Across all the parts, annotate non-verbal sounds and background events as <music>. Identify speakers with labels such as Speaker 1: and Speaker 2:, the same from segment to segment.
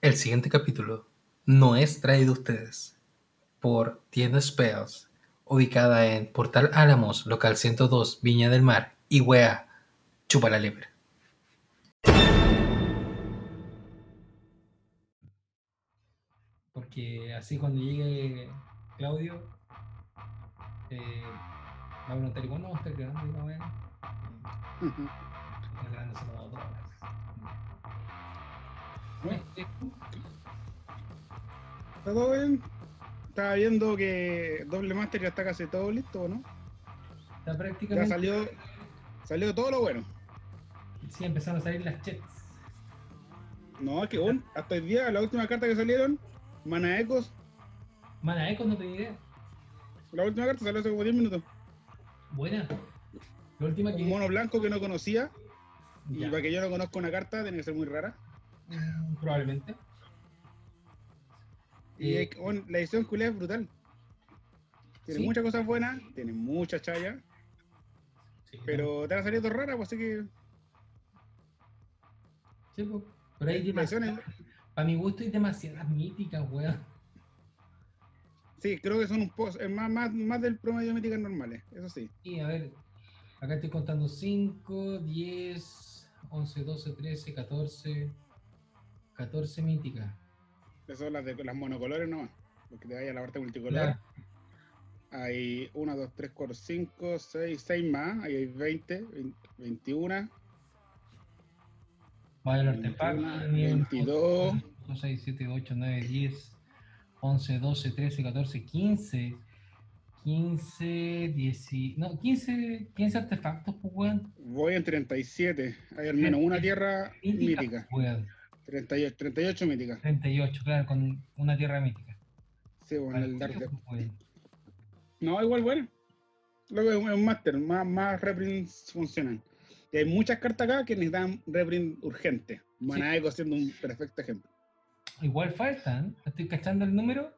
Speaker 1: El siguiente capítulo no es traído a ustedes por Tienda Spells, ubicada en Portal Álamos, local 102, Viña del Mar, y wea, chupa la liebre. Porque así cuando llegue Claudio, eh, va a preguntar, ¿cuándo va a estar grabando? Y la wea? Está grabando hace como dos horas.
Speaker 2: ¿Está todo bien? Estaba viendo que Doble Master ya está casi todo listo, ¿no?
Speaker 1: Está
Speaker 2: Ya
Speaker 1: prácticamente...
Speaker 2: salió, salió todo lo bueno.
Speaker 1: Sí, empezaron a salir las chets.
Speaker 2: No, es que bueno, hasta el día, la última carta que salieron, Manaecos,
Speaker 1: Mana Echo, no te diré.
Speaker 2: la última carta salió hace como 10 minutos.
Speaker 1: Buena. La última que.
Speaker 2: Un mono blanco que no conocía, y
Speaker 1: Ya,
Speaker 2: para que yo no conozca una carta, tiene que ser muy rara.
Speaker 1: mm, Probablemente.
Speaker 2: Y
Speaker 1: Eh,
Speaker 2: es que, bueno, la edición culia es brutal. Tiene
Speaker 1: ¿Sí?
Speaker 2: muchas cosas buenas, tiene muchas chayas,
Speaker 1: sí,
Speaker 2: pero te han salido raras, pues así que
Speaker 1: sí, po. Pero hay
Speaker 2: la edición es-
Speaker 1: demasiadas. Para mi gusto hay demasiadas míticas, weón.
Speaker 2: Sí, creo que son un poco, es más, más, más del promedio de míticas normales, eso sí.
Speaker 1: Y a ver, acá estoy contando 5, 10, 11, 12, 13, 14. 14 míticas.
Speaker 2: Esas son las de las monocolores nomás. Porque te vaya a la parte multicolor.
Speaker 1: Claro.
Speaker 2: Hay 1, 2, 3, 4, 5, 6, 6 más. Ahí hay 20, 20, 21,
Speaker 1: Vale, el
Speaker 2: 21,
Speaker 1: artefacto.
Speaker 2: 22.
Speaker 1: 5, 6, 7, 8, 9, 10, 11, 12, 13, 14, 15. 15, 10, no, 15, 15 artefactos, pues, weón.
Speaker 2: Voy en 37. Hay al menos una tierra
Speaker 1: Míticas,
Speaker 2: mítica.
Speaker 1: pues, weón.
Speaker 2: 38, 38 míticas.
Speaker 1: 38, claro, con una tierra mítica.
Speaker 2: Sí, bueno, el Dark
Speaker 1: Vale,
Speaker 2: Depth.
Speaker 1: pues, weón.
Speaker 2: No, igual, bueno. Luego es un- es un máster, más, más reprints funcionan. Y hay muchas cartas acá que necesitan reprint urgente. Manaeco siendo un perfecto ejemplo.
Speaker 1: Igual faltan, estoy cachando el número.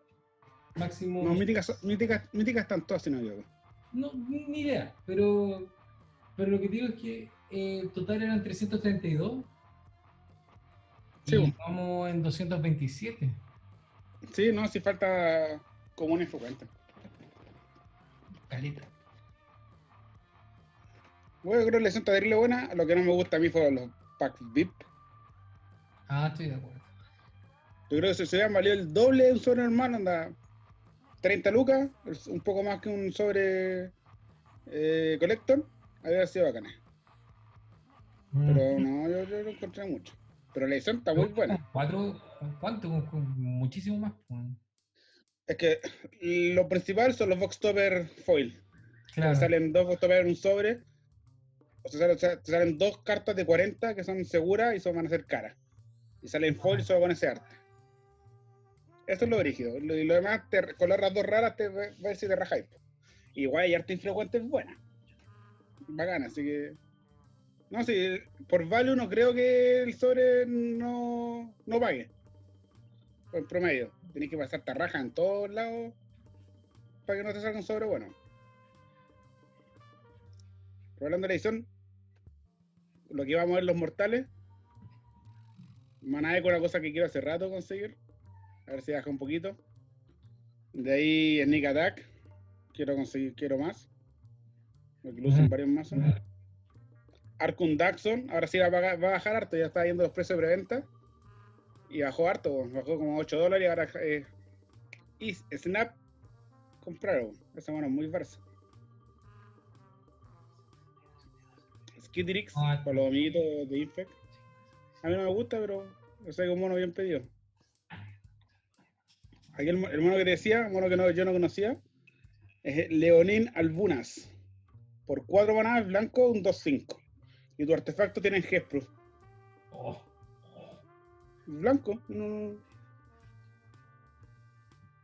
Speaker 1: Máximo.
Speaker 2: No, míticas, son- míticas, míticas están todas, si no me equivoco.
Speaker 1: No, ni ni idea, pero, pero lo que digo es que eh, el total eran 332.
Speaker 2: Sí,
Speaker 1: y
Speaker 2: bueno.
Speaker 1: estamos en 227.
Speaker 2: Sí, no, sí falta comunes frecuentes.
Speaker 1: Caleta.
Speaker 2: Bueno, yo creo que la edición está terrible buena. Lo que no me gusta a mí fueron los packs VIP.
Speaker 1: Ah, estoy de acuerdo.
Speaker 2: Yo creo que si se hubieran valido el doble de un sobre normal, anda 30 lucas, es un poco más que un sobre eh, Collector, habría sido bacana.
Speaker 1: Mm.
Speaker 2: Pero no, yo, yo lo encontré mucho. Pero la edición está muy buena.
Speaker 1: Cuatro, ¿con ¿cuánto? Con, con muchísimo más. pues.
Speaker 2: Es que lo principal son los box topper foil. Te
Speaker 1: Claro.
Speaker 2: salen dos box topper en un sobre. O sea, salen- te salen dos cartas de 40 que son seguras y son, van a ser caras. Y salen foil solo con ese arte. Eso es lo rígido. Y lo demás, te, con las dos raras, te ve- ver si te rajáis. po. Igual hay arte infrecuente buena. Bacana, así que. No, sí, por value no creo que el sobre no, no pague. Por promedio. Tenés que pasar raja en todos lados para que no te salga un sobre bueno. Pero hablando de la edición, lo que vamos a ver los mortales. Manae con una cosa que quiero hace rato conseguir. A ver si baja un poquito. De ahí Sneak Attack. Quiero conseguir, quiero más. Porque lo usan
Speaker 1: Mm.
Speaker 2: varios mazos. Arcun Daxon, ahora sí va a, pagar- va a bajar harto, ya está viendo los precios de preventa. Y bajó harto, po, bajó como 8 dólares y ahora eh, y Snap compraron. Esa mano es muy versa. Skidrix,
Speaker 1: Ah.
Speaker 2: para los amiguitos de Infect. A mí no me gusta, pero yo sé que es un mono bien pedido. Aquí el, mo- el mono que te decía, mono que no- yo no conocía, es Leonin Albunas. Por 4 manadas blanco, un 2-5. Y tu artefacto tiene Hexproof.
Speaker 1: Oh,
Speaker 2: Blanco, no,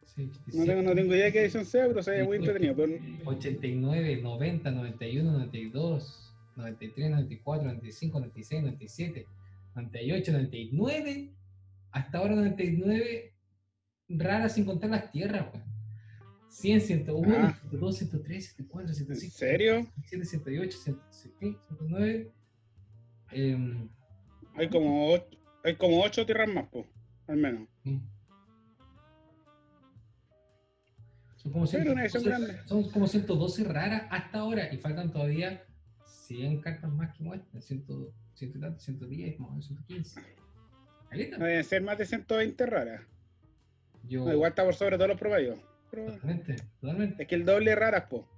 Speaker 1: sí,
Speaker 2: no, tengo, no tengo idea de qué edición sea, pero se ve muy entretenido. Pero
Speaker 1: 89, 90, 91, 92, 93, 94, 95, 96, 97, 98, 99. Hasta ahora 99 raras sin contar las tierras, weón. 100, 101,
Speaker 2: Ah.
Speaker 1: 102, 103, 104, 105.
Speaker 2: ¿En serio?
Speaker 1: 107, 108, 107, 109. em,
Speaker 2: hay como, ocho- hay como 8 tierras más, po. al menos.
Speaker 1: Mm. Son como,
Speaker 2: Pero una edición
Speaker 1: 112
Speaker 2: grande.
Speaker 1: son como 112 raras hasta ahora y faltan todavía 100 cartas más que muestran, 100, 100 y tanto, 110, más o menos 115. Caleta.
Speaker 2: No deben ser más de 120 raras.
Speaker 1: Yo,
Speaker 2: No, igual está por sobre todos los promedios. Pero
Speaker 1: totalmente, totalmente.
Speaker 2: es que el doble de raras, po.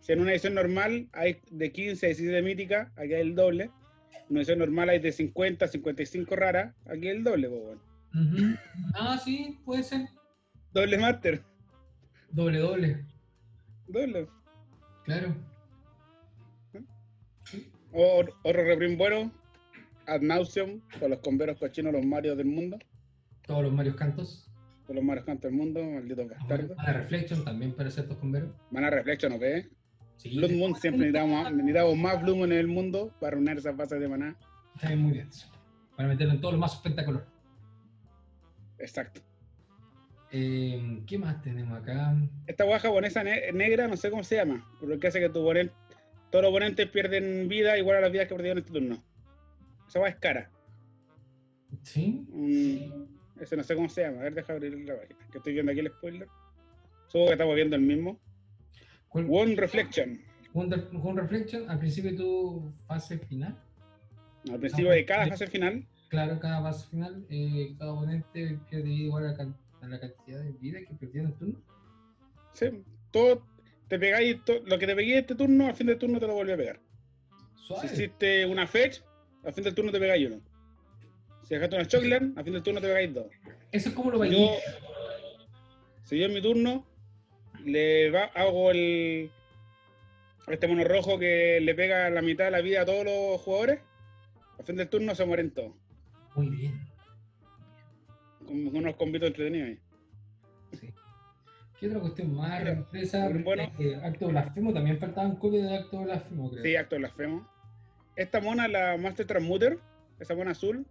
Speaker 2: Si en una edición normal hay de 15 a 17 míticas, aquí hay el doble. En una edición normal hay de 50 a 55 raras, aquí hay el doble, po. weón.
Speaker 1: Ujú. Ah, sí, puede ser.
Speaker 2: Doble master.
Speaker 1: Doble, doble.
Speaker 2: <laughs> Doble.
Speaker 1: Claro.
Speaker 2: O- Otro reprint bueno. Ad nauseum. Con los comberos cochinos, los marios del mundo.
Speaker 1: Todos los Marios Cantos.
Speaker 2: Con los marios cantos del mundo, malditos bastardos.
Speaker 1: Mana Reflection también para ciertos converos.
Speaker 2: Van a reflexión, ¿no ve?
Speaker 1: Sí,
Speaker 2: Blood Moon siempre necesitamos, necesitamos más Blood Moon en el mundo para unir esas bases de maná.
Speaker 1: está bien muy bien. eso. Para meterlo en todos los mazos pentacolor.
Speaker 2: Exacto.
Speaker 1: Eh, ¿Qué más tenemos acá?
Speaker 2: Esta guaja japonesa ne- negra, no sé cómo se llama, pero que hace que tu oponente, todos los oponentes pierden vida igual a las vidas que perdieron en este turno. Esa guaja es cara.
Speaker 1: Sí.
Speaker 2: Mm, ese no sé cómo se llama. A ver, deja abrir la página. Que estoy viendo aquí el spoiler. Supongo que estamos viendo el mismo.
Speaker 1: ¿Cuál-
Speaker 2: One Reflection.
Speaker 1: Wonder- One Reflection al principio de tu fase final.
Speaker 2: Al principio de cada fase final,
Speaker 1: Claro, cada fase final, eh, cada oponente pierde vida igual a la, can- a la cantidad de vida que perdió en el turno.
Speaker 2: sí, todo te pegáis, to- lo que te pegué este turno, al fin del turno te lo volví a pegar. Si
Speaker 1: Suave.
Speaker 2: hiciste una fetch, al fin del turno te pegáis uno. Si dejaste una chocolate, al fin del turno te pegáis dos.
Speaker 1: Eso es como lo
Speaker 2: Yo,
Speaker 1: bailé.
Speaker 2: si yo en mi turno le va- hago el este mono rojo que le pega la mitad de la vida a todos los jugadores, al fin del turno se mueren todos.
Speaker 1: Muy bien.
Speaker 2: Con con unos combitos entretenidos ahí.
Speaker 1: ¿Qué otra cuestión más?
Speaker 2: Mira,
Speaker 1: Empresa,
Speaker 2: bueno.
Speaker 1: eh, acto blasfemo, también faltaban copias de acto blasfemo, creo.
Speaker 2: Sí, acto blasfemo. Esta mona, la Master Transmuter, esa mona azul,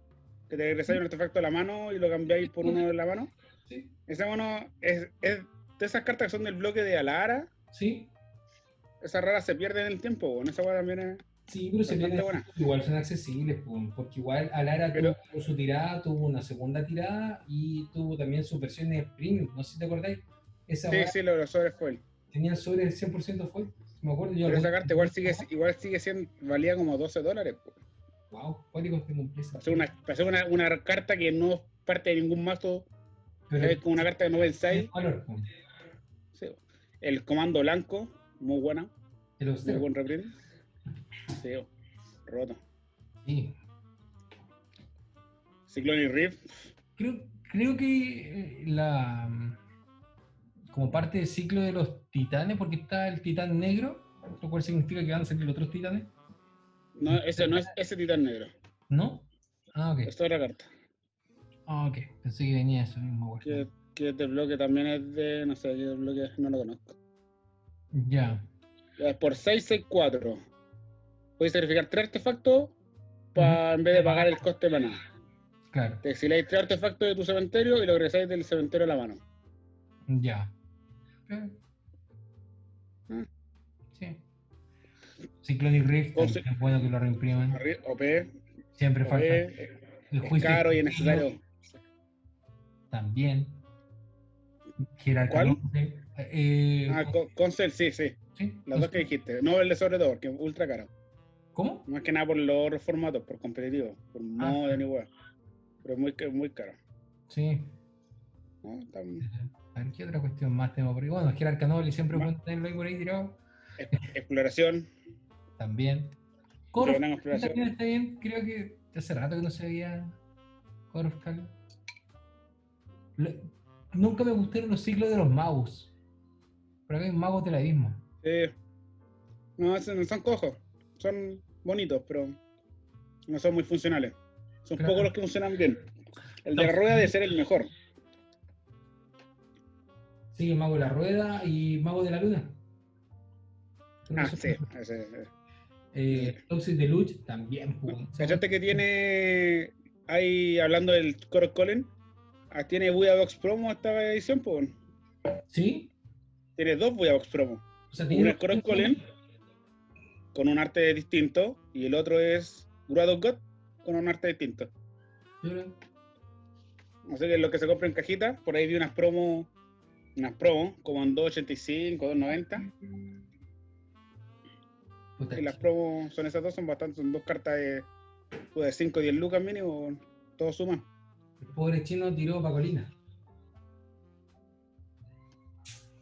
Speaker 2: que te regresáis un artefacto a la mano y lo cambiáis por uno de la mano.
Speaker 1: Sí.
Speaker 2: Ese mono es, es de esas cartas que son del bloque de Alara.
Speaker 1: Sí,
Speaker 2: Esas raras se pierden en el tiempo, weón. Esa weá también es.
Speaker 1: sí, pero se
Speaker 2: Bastante
Speaker 1: pierden.
Speaker 2: buena.
Speaker 1: Igual son accesibles, pum, porque igual Alara
Speaker 2: Pero-
Speaker 1: tuvo su tirada, tuvo una segunda tirada y tuvo también sus versiones premium. No sé si te acordáis. Esa
Speaker 2: Sí,
Speaker 1: weá
Speaker 2: sí, lo, lo sobre fue.
Speaker 1: tenía sobre el 100% fue. Me acuerdo yo.
Speaker 2: Pero esa
Speaker 1: alguna-
Speaker 2: carta igual sigue, igual sigue siendo, valía como 12 dólares. po.
Speaker 1: Ah, Wow, cuático este complejo.
Speaker 2: Para hacer una, para hacer una, una carta que no es parte de ningún mazo,
Speaker 1: Pero
Speaker 2: es como una carta que no
Speaker 1: tiene
Speaker 2: pensáis.
Speaker 1: valor, pum.
Speaker 2: Sí. El comando blanco, muy buena,
Speaker 1: el
Speaker 2: muy
Speaker 1: austero.
Speaker 2: buen reprint. Sí, roto.
Speaker 1: Sí.
Speaker 2: Cyclonic Rift,
Speaker 1: Creo, creo que eh, la mm, como parte del ciclo de los titanes, porque está el titán negro, lo cual significa que van a salir otros titanes,
Speaker 2: no, ese no es ese titán negro,
Speaker 1: ¿no? Ah, ok.
Speaker 2: es otra carta.
Speaker 1: Ah, ok. Pensé que venía eso mismo. güey.
Speaker 2: Que, que este bloque también es de, no sé, qué bloque no lo conozco.
Speaker 1: Ya.
Speaker 2: Ya, Por 6, 6, 4. Puedes sacrificar 3 artefactos para en vez de pagar el coste de maná.
Speaker 1: Claro,
Speaker 2: Te exiláis tres artefactos de tu cementerio y lo regresáis del cementerio a la mano.
Speaker 1: ya. Eh.
Speaker 2: Mm.
Speaker 1: Sí. Cyclonic Rift,
Speaker 2: Con-
Speaker 1: también es bueno que lo reimpriman.
Speaker 2: Arri- OP,
Speaker 1: Siempre falta
Speaker 2: OP,
Speaker 1: el
Speaker 2: es
Speaker 1: juicio.
Speaker 2: caro y es
Speaker 1: divino
Speaker 2: necesario.
Speaker 1: También. Jerarca
Speaker 2: ¿Cuál?
Speaker 1: Norte. Eh,
Speaker 2: Ah, con- Concel, sí, sí.
Speaker 1: ¿sí?
Speaker 2: Las dos que dijiste. No el de sobre todo, porque es ultra caro.
Speaker 1: ¿Cómo?
Speaker 2: Más que nada por los otros formatos, por competitivo, por
Speaker 1: Ah.
Speaker 2: modern y weá. Pero es muy, ca- muy caro.
Speaker 1: Sí.
Speaker 2: ¿no? Está-
Speaker 1: A ver, ¿qué otra cuestión más tenemos? Porque bueno, Gerarca Noble siempre
Speaker 2: Ma-
Speaker 1: pueden tenerlo ahí por ahí tirado.
Speaker 2: es- Exploración.
Speaker 1: También.
Speaker 2: yo
Speaker 1: Core of
Speaker 2: tengo
Speaker 1: Kal también
Speaker 2: exploración.
Speaker 1: está bien. Creo que hace rato que no se veía Core of Kal. Lo- Nunca me gustaron los ciclos de los magos. Pero acá hay magos del abismo.
Speaker 2: Sí. No, son, son cojos. Son bonitos, pero no son muy funcionales. Son
Speaker 1: Claro.
Speaker 2: pocos los que funcionan bien. El de
Speaker 1: No.
Speaker 2: la rueda debe ser el mejor.
Speaker 1: Sí, el mago de la rueda y mago de la luna.
Speaker 2: Ah, sí. ese- ese.
Speaker 1: Eh, Toxic de Luch también. pues, o sea,
Speaker 2: ¿Cachaste que tiene ahí hablando del Coro Colin? ah, Tiene Buya Box Promo esta edición, pues.
Speaker 1: Sí.
Speaker 2: Tiene dos Buya Box Promo.
Speaker 1: O sea,
Speaker 2: Uno
Speaker 1: tiene
Speaker 2: es Coro Colin con un arte distinto y el otro es Grado God con un arte distinto.
Speaker 1: Yo creo-
Speaker 2: No sé que lo que se compra en cajita, por ahí vi unas promos, unas promos, como en 2.85, 2.90.
Speaker 1: Puta,
Speaker 2: Y las promos son esas dos, son bastante, son dos cartas de, puta, de 5 o 10 lucas mínimo, todo suma.
Speaker 1: El pobre chino tiró pa' colina.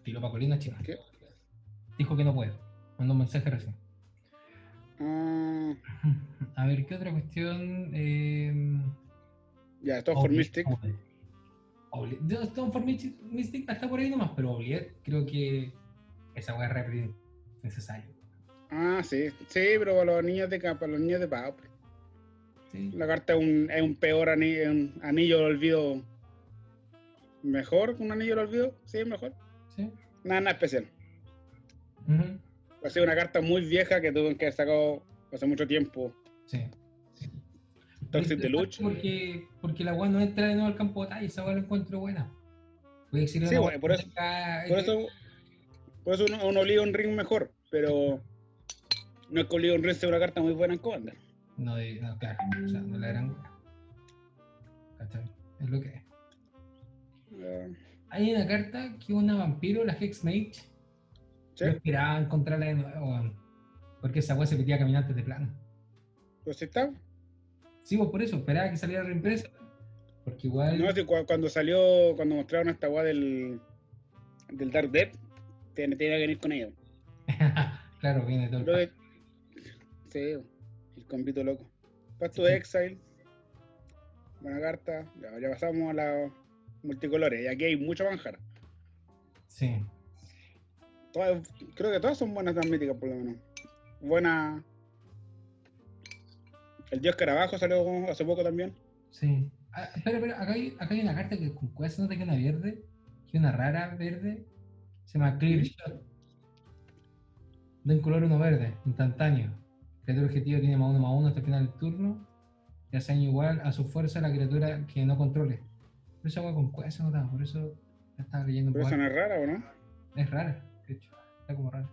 Speaker 1: Tiró pa' colina chino.
Speaker 2: ¿Qué?
Speaker 1: Dijo que no puede. Mandó un mensaje recién.
Speaker 2: Ah,
Speaker 1: A ver, ¿qué otra cuestión? Eh,
Speaker 2: ya, esto es por
Speaker 1: Obli-
Speaker 2: Mystic.
Speaker 1: Obli- Obli- No, Stone for Mystic, Mystic está por ahí nomás, pero Obliet creo que esa weá es reprint necesaria.
Speaker 2: Ah, sí, sí, pero para los niños de ca- para los niños de pago. pues.
Speaker 1: Sí.
Speaker 2: La carta es un, es un peor ani- es un anillo de olvido. ¿Mejor que un anillo de olvido? Sí, mejor.
Speaker 1: sí.
Speaker 2: Nada, nada especial.
Speaker 1: Ujú,
Speaker 2: Ha sido una carta muy vieja que tuve que haber sacado hace mucho tiempo.
Speaker 1: sí.
Speaker 2: Toxic Deluxe.
Speaker 1: Porque, porque la weá no entra de nuevo al campo de batalla, esa weá la encuentro buena. Voy a exigir
Speaker 2: Sí,
Speaker 1: una
Speaker 2: weá,
Speaker 1: weá
Speaker 2: por eso-
Speaker 1: que tenga-
Speaker 2: Por eso, por eso uno, uno obliga un ring mejor, pero no es que obliga un ring sea una carta muy buena en Commander.
Speaker 1: No, de- no, claro, o sea, no la gran weá. ¿Cachai? Es lo que es.
Speaker 2: Eh,
Speaker 1: Hay una carta que una vampiro, la Hex Mage,
Speaker 2: sí,
Speaker 1: no esperaba encontrarla de nuevo, weón. Porque esa weá se metía caminantes de plano.
Speaker 2: pero pues sí está.
Speaker 1: Sí, pues por eso, esperaba que saliera reimpresa. Porque igual.
Speaker 2: No, sí, cu- cuando salió, cuando mostraron esta weá del, del Dark Death, tiene, tiene que venir con ello.
Speaker 1: <laughs> claro, viene todo el
Speaker 2: Creo
Speaker 1: pack.
Speaker 2: que- sí, el convito loco. Pasto de Exile, buena carta. Ya, ya pasamos a las multicolores, y aquí hay mucho manjar.
Speaker 1: Sí.
Speaker 2: Todas- creo que todas son buenas las míticas, por lo menos. Buena. El Dios Carabajo salió hace poco también.
Speaker 1: Sí. Ah, espera, espera, acá hay, acá hay una carta que con cuál se nota que es una verde, que es una rara verde, se llama Clear Shot. De un color uno verde, instantáneo. Criatura objetivo tiene más uno más uno hasta el final del turno. Y hace daño igual a su fuerza a la criatura que no controle. Pero esa hueá con cuál se notaba, por eso la estaba leyendo un
Speaker 2: Pero
Speaker 1: poco.
Speaker 2: eso no es rara, ¿o no?
Speaker 1: Es rara, de hecho. Está como rara.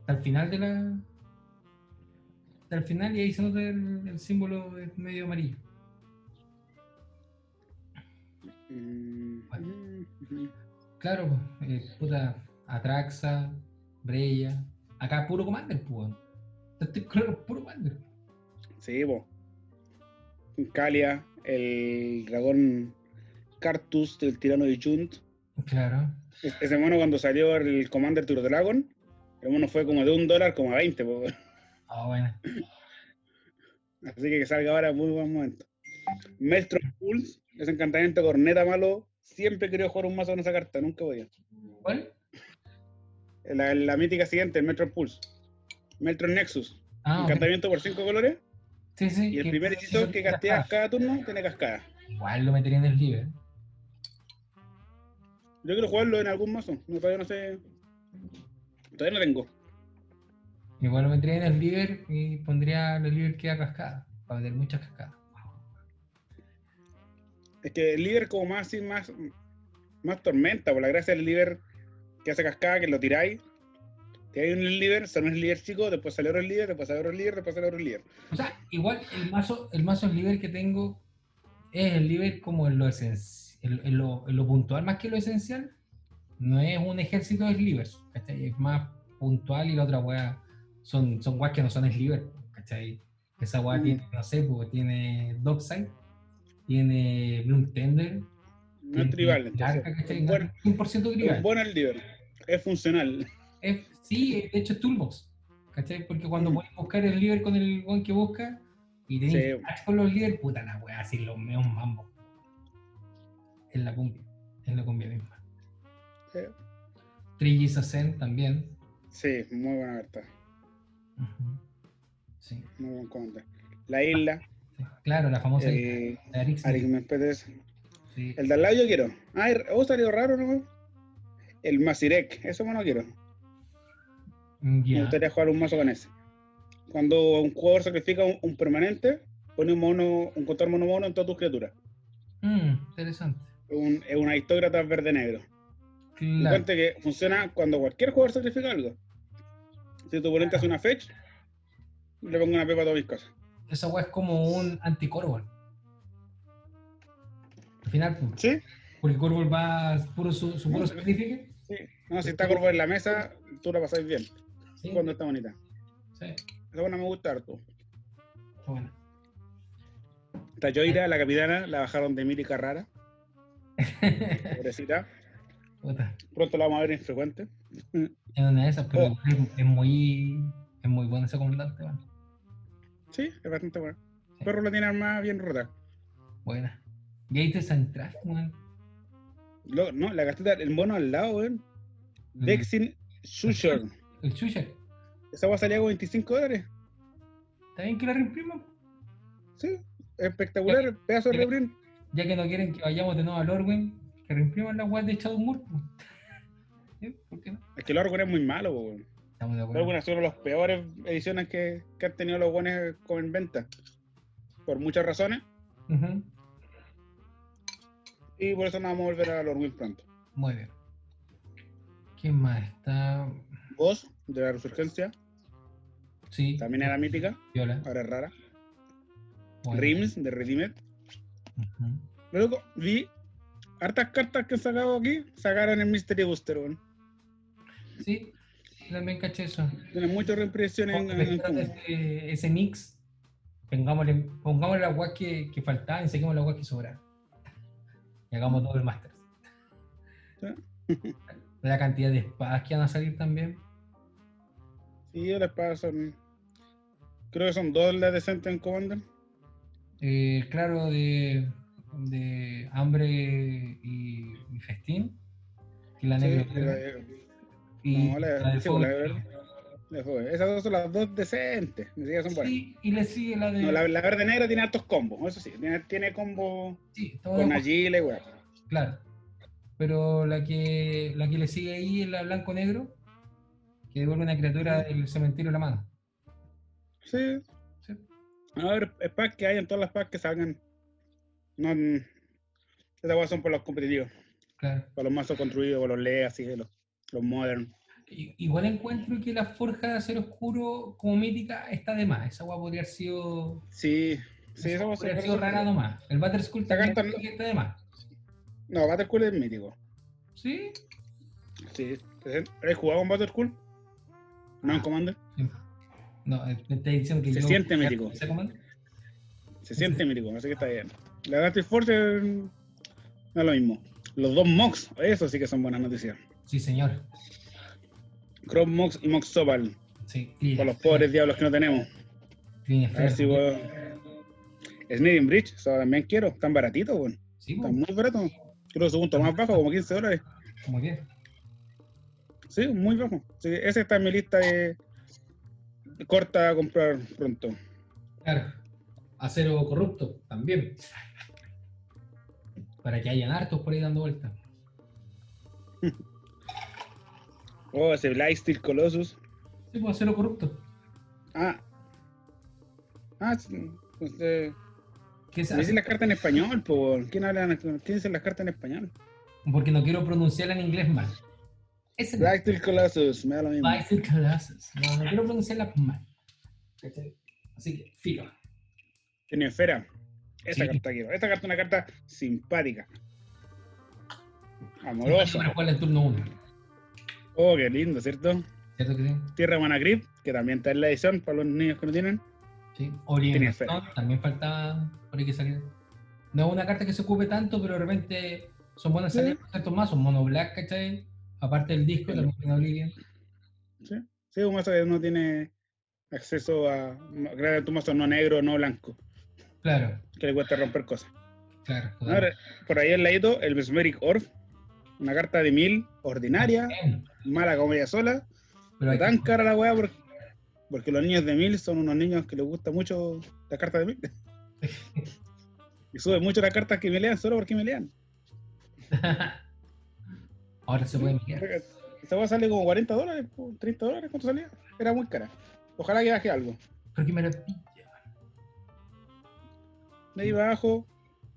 Speaker 1: Hasta el final de la. Hasta el final y ahí se nota el, el símbolo de medio amarillo.
Speaker 2: Mm,
Speaker 1: Bueno.
Speaker 2: mm, ujú.
Speaker 1: Claro, po, eh, puta. Atraxa, Breya. Acá puro Commander, pues. <laughs> Este color es puro Commander.
Speaker 2: Sí, po. Calia, el dragón Cartus del tirano de Junt.
Speaker 1: Claro.
Speaker 2: E- Ese mono cuando salió el Commander Tour Dragon, el mono fue como de un dólar como a 20, po.
Speaker 1: Ah, bueno.
Speaker 2: Así que que salga ahora es muy buen momento. Maelstrom Pulse, ese encantamiento corneta malo. Siempre quería jugar un mazo con esa carta, nunca podía.
Speaker 1: ¿Cuál?
Speaker 2: La, la mítica siguiente, el Maelstrom Pulse. Maelstrom Nexus,
Speaker 1: Ah, ok.
Speaker 2: encantamiento por 5 colores.
Speaker 1: sí, sí.
Speaker 2: Y el
Speaker 1: que-
Speaker 2: primer hechizo que casteas
Speaker 1: cascada.
Speaker 2: cada turno tiene cascada.
Speaker 1: Igual lo metería en el libre.
Speaker 2: Yo quiero jugarlo en algún mazo, no, todavía no sé. Todavía no tengo.
Speaker 1: Igual lo metería en el libre y pondría el libre que da cascada. Para meter muchas cascadas.
Speaker 2: Es que el líder como más así, más, más tormenta, por la gracia del líder que hace cascada, que lo tiráis. Tiráis un líder, son un líder chico, después sale otro líder, después sale otro líder, después sale otro líder.
Speaker 1: O sea, igual el mazo, el mazo libre que tengo es el libre como en lo, esenci- en, en lo, en lo puntual más que lo esencial. No es un ejército de slivers, ¿cachai? Es más puntual y la otra weá son, son weas que no son slivers, ¿cachai? Esa weá
Speaker 2: Mm.
Speaker 1: tiene, no sé, porque tiene Dockside, tiene Bloom Tender.
Speaker 2: No es tribal, entonces.
Speaker 1: Arca, ¿cachai?
Speaker 2: Es
Speaker 1: No,
Speaker 2: bueno,
Speaker 1: 100% tribal.
Speaker 2: es bueno el líder, es funcional.
Speaker 1: Es- sí, de hecho es Toolbox. ¿Cachai? Porque cuando
Speaker 2: Mm.
Speaker 1: puedes buscar el líder con el one que busca y tenés
Speaker 2: Sí.
Speaker 1: que match con los líderes, puta la wea, así los meos mambo. En la cumbia, en la cumbia misma.
Speaker 2: Sí.
Speaker 1: Trillizas Zen también.
Speaker 2: Sí, muy buena carta,
Speaker 1: Ujú. Sí.
Speaker 2: muy buen comandante.
Speaker 1: Ah,
Speaker 2: La isla,
Speaker 1: sí. Claro, la famosa
Speaker 2: eh,
Speaker 1: de Arix.
Speaker 2: Arigmespetes.
Speaker 1: Sí.
Speaker 2: El de al lado yo quiero. Ah, el- oh, salió raro, ¿no? El Masirek, eso no quiero.
Speaker 1: Mm,
Speaker 2: Me
Speaker 1: ya.
Speaker 2: gustaría jugar un mazo con ese. Cuando un jugador sacrifica un, un permanente, pone un mono, un control mono mono en todas tus criaturas.
Speaker 1: Mm, interesante.
Speaker 2: Un- es un aristócrata verde-negro. Y
Speaker 1: Claro.
Speaker 2: cuenta que funciona cuando cualquier jugador sacrifica algo. Si tu oponente hace una fetch, le pongo una pepa a todas mis cosas.
Speaker 1: Esa wea es como un anticorvo. Final, pues.
Speaker 2: ¿Sí?
Speaker 1: porque Corvo va puro su, su puro sacrificio.
Speaker 2: Sí. No, si está curvo en la mesa, tú la pasáis bien.
Speaker 1: Sí,
Speaker 2: Cuando está bonita.
Speaker 1: sí, está
Speaker 2: Esa buena me gusta harto.
Speaker 1: bueno.
Speaker 2: Tayoira, la capitana, la bajaron de
Speaker 1: <laughs>
Speaker 2: Mili Carrara. Pobrecita.
Speaker 1: Puta,
Speaker 2: Pronto la vamos a ver infrecuente.
Speaker 1: es una de esas, pero
Speaker 2: Oh.
Speaker 1: es, es muy, es muy bueno ese comandante, bueno.
Speaker 2: Sí, es bastante buena. El perro la tiene armada bien rota.
Speaker 1: Buena. Gator Santras, weón.
Speaker 2: Lo- no, la gatita, el mono al lado, weón.
Speaker 1: Mm.
Speaker 2: Dexin Shusher.
Speaker 1: El Chucher.
Speaker 2: Esa agua salía con 25 dólares.
Speaker 1: Está bien que lo reimpriman.
Speaker 2: Sí, espectacular. Pedazo de reprint.
Speaker 1: Ya que no quieren que vayamos de nuevo al Orwin, que reimpriman la web de Shadow Moore. <laughs> weón. ¿Sí? ¿Por qué no?
Speaker 2: Es que el Orgon es muy malo, po, weón.
Speaker 1: Estamos de
Speaker 2: El
Speaker 1: acuerdo.
Speaker 2: Orgon ha sido una de las peores ediciones que, que han tenido los buenos en venta. Por muchas razones.
Speaker 1: Ujú.
Speaker 2: Y por eso nos vamos a volver al Orwin pronto.
Speaker 1: Muy bien. ¿Quién más está?
Speaker 2: Voz de la Resurgencia.
Speaker 1: Sí.
Speaker 2: También era mítica.
Speaker 1: Viola.
Speaker 2: Ahora es rara.
Speaker 1: Bueno.
Speaker 2: Rims de Redeemed.
Speaker 1: Ujú.
Speaker 2: Luego vi hartas cartas que han sacado aquí. Sacaron en Mystery Booster, weón.
Speaker 1: Sí, también caché eso.
Speaker 2: Tienen muchas reimpresiones en, en
Speaker 1: Pescando
Speaker 2: común.
Speaker 1: ese, ese mix, pongámosle, pongámosle la guas que, que faltaba y saquemos la guas que sobraba. Y hagamos todo el máster. <laughs> La cantidad de espadas que van a salir también.
Speaker 2: Sí, las espadas son. Creo que son dos las decentes en Commander.
Speaker 1: Eh, claro, de, de hambre y, y festín. Y la
Speaker 2: Sí,
Speaker 1: negra.
Speaker 2: la-
Speaker 1: y
Speaker 2: no, la-
Speaker 1: la de
Speaker 2: sí, pues,
Speaker 1: fuego.
Speaker 2: la verde. la joven. Esas dos son las dos decentes. Ni siquiera son buenas.
Speaker 1: Sí, y le sigue la de.
Speaker 2: No, la, la verde negra tiene hartos combos, eso sí. Tiene, tiene combo
Speaker 1: sí, estamos de
Speaker 2: con
Speaker 1: acuerdo.
Speaker 2: Agile, weón.
Speaker 1: Claro. Pero la que, la que le sigue ahí es la blanco-negro, que devuelve una criatura
Speaker 2: Mm.
Speaker 1: del cementerio a la mano.
Speaker 2: Sí.
Speaker 1: Sí.
Speaker 2: A ver, es pack que hay en todas las packs que salgan. No, mm, esas weas son para los competitivos,
Speaker 1: Claro.
Speaker 2: para los mazos construidos, para los legacy, los, los modern.
Speaker 1: I- Igual encuentro que la forja de acero oscuro como mítica está de más. Esa agua podría haber sido,
Speaker 2: Sí,
Speaker 1: esa
Speaker 2: sí, esa
Speaker 1: hueá
Speaker 2: wea
Speaker 1: podría haber sido rara nomás. El Butter Skull
Speaker 2: Esta
Speaker 1: también
Speaker 2: carta
Speaker 1: creo
Speaker 2: no-
Speaker 1: que está de más.
Speaker 2: No, Battlecool es mítico.
Speaker 1: ¿Sí?
Speaker 2: Sí. ¿Has jugado con Battlecool? No, en
Speaker 1: Ah.
Speaker 2: Commander.
Speaker 1: No, eh, me está diciendo que
Speaker 2: Se
Speaker 1: yo-
Speaker 2: siente
Speaker 1: ya
Speaker 2: mítico.
Speaker 1: comencé a comer.
Speaker 2: Se siente mítico, así que está bien. La Dusty Force eh, no es lo mismo. Los dos Mox, eso sí que son buenas noticias.
Speaker 1: Sí, señor.
Speaker 2: Crop Mox y Mox Sopal,
Speaker 1: Sí,
Speaker 2: por los pobres diablos que no tenemos.
Speaker 1: Clean
Speaker 2: A ver si
Speaker 1: Sphere.
Speaker 2: puedo. Sneaking Bridge, eso también quiero. Están baratitos, weón.
Speaker 1: Sí,
Speaker 2: Están
Speaker 1: pues,
Speaker 2: muy baratos. Creo que su punto más bajo, como 15 dólares.
Speaker 1: como que.
Speaker 2: Sí, muy bajo. Sí, ese está en mi lista de de corta a comprar pronto.
Speaker 1: Claro. Acero corrupto también. Para que hayan hartos por ahí dando vueltas.
Speaker 2: Oh, ese Blightsteel Colossus.
Speaker 1: Sí, pues acero corrupto.
Speaker 2: Ah. Ah, sí, pues, eh,
Speaker 1: ¿Qué es
Speaker 2: me dicen las cartas en español, por ¿Quién habla? en- ¿Quién dice las cartas en español?
Speaker 1: Porque no quiero pronunciarla en inglés mal. Es el
Speaker 2: Blacksteel Colossus, me da lo mismo.
Speaker 1: Bicycle Classes. No, no quiero pronunciarla mal. ¿Cachai? Así que, filo.
Speaker 2: Tiene esfera. Esta
Speaker 1: Sí.
Speaker 2: carta quiero. Esta carta es una carta simpática. Amorosa.
Speaker 1: Para jugar el turno 1.
Speaker 2: Oh, qué lindo, ¿cierto?
Speaker 1: ¿Cierto que sí?
Speaker 2: Tierra Guanagrip, que también está en la edición para los niños que no tienen.
Speaker 1: Sí.
Speaker 2: Tiene
Speaker 1: Oriente.
Speaker 2: fe.
Speaker 1: También faltaba por ahí que salir. No es una carta que se ocupe tanto, pero de repente son buenas
Speaker 2: Sí.
Speaker 1: salidas para estos mazos. Mono Black, ¿cachai? Aparte del disco,
Speaker 2: Sí.
Speaker 1: también tiene Oblivion.
Speaker 2: Sí, sí un mazo que no tiene acceso a. Gracias a tu mazo no negro, no blanco,
Speaker 1: Claro,
Speaker 2: que le cuesta romper cosas.
Speaker 1: claro.
Speaker 2: Ahora, por ahí al ladito, el Mesmeric Orb, una carta de mil, ordinaria,
Speaker 1: Bien,
Speaker 2: mala como ella sola,
Speaker 1: Pero hay que-
Speaker 2: tan cara la weá porque, porque los niños de mil son unos niños que les gusta mucho las
Speaker 1: <laughs>
Speaker 2: cartas de mil. y suben mucho las cartas que me lean solo porque me lean.
Speaker 1: Ahora se puede mirar.
Speaker 2: Esta weá sale como 40 dólares, po, 30 dólares, ¿cuánto salía? Era muy cara. Ojalá que baje algo.
Speaker 1: Porque me lo pilla.
Speaker 2: De ahí para abajo,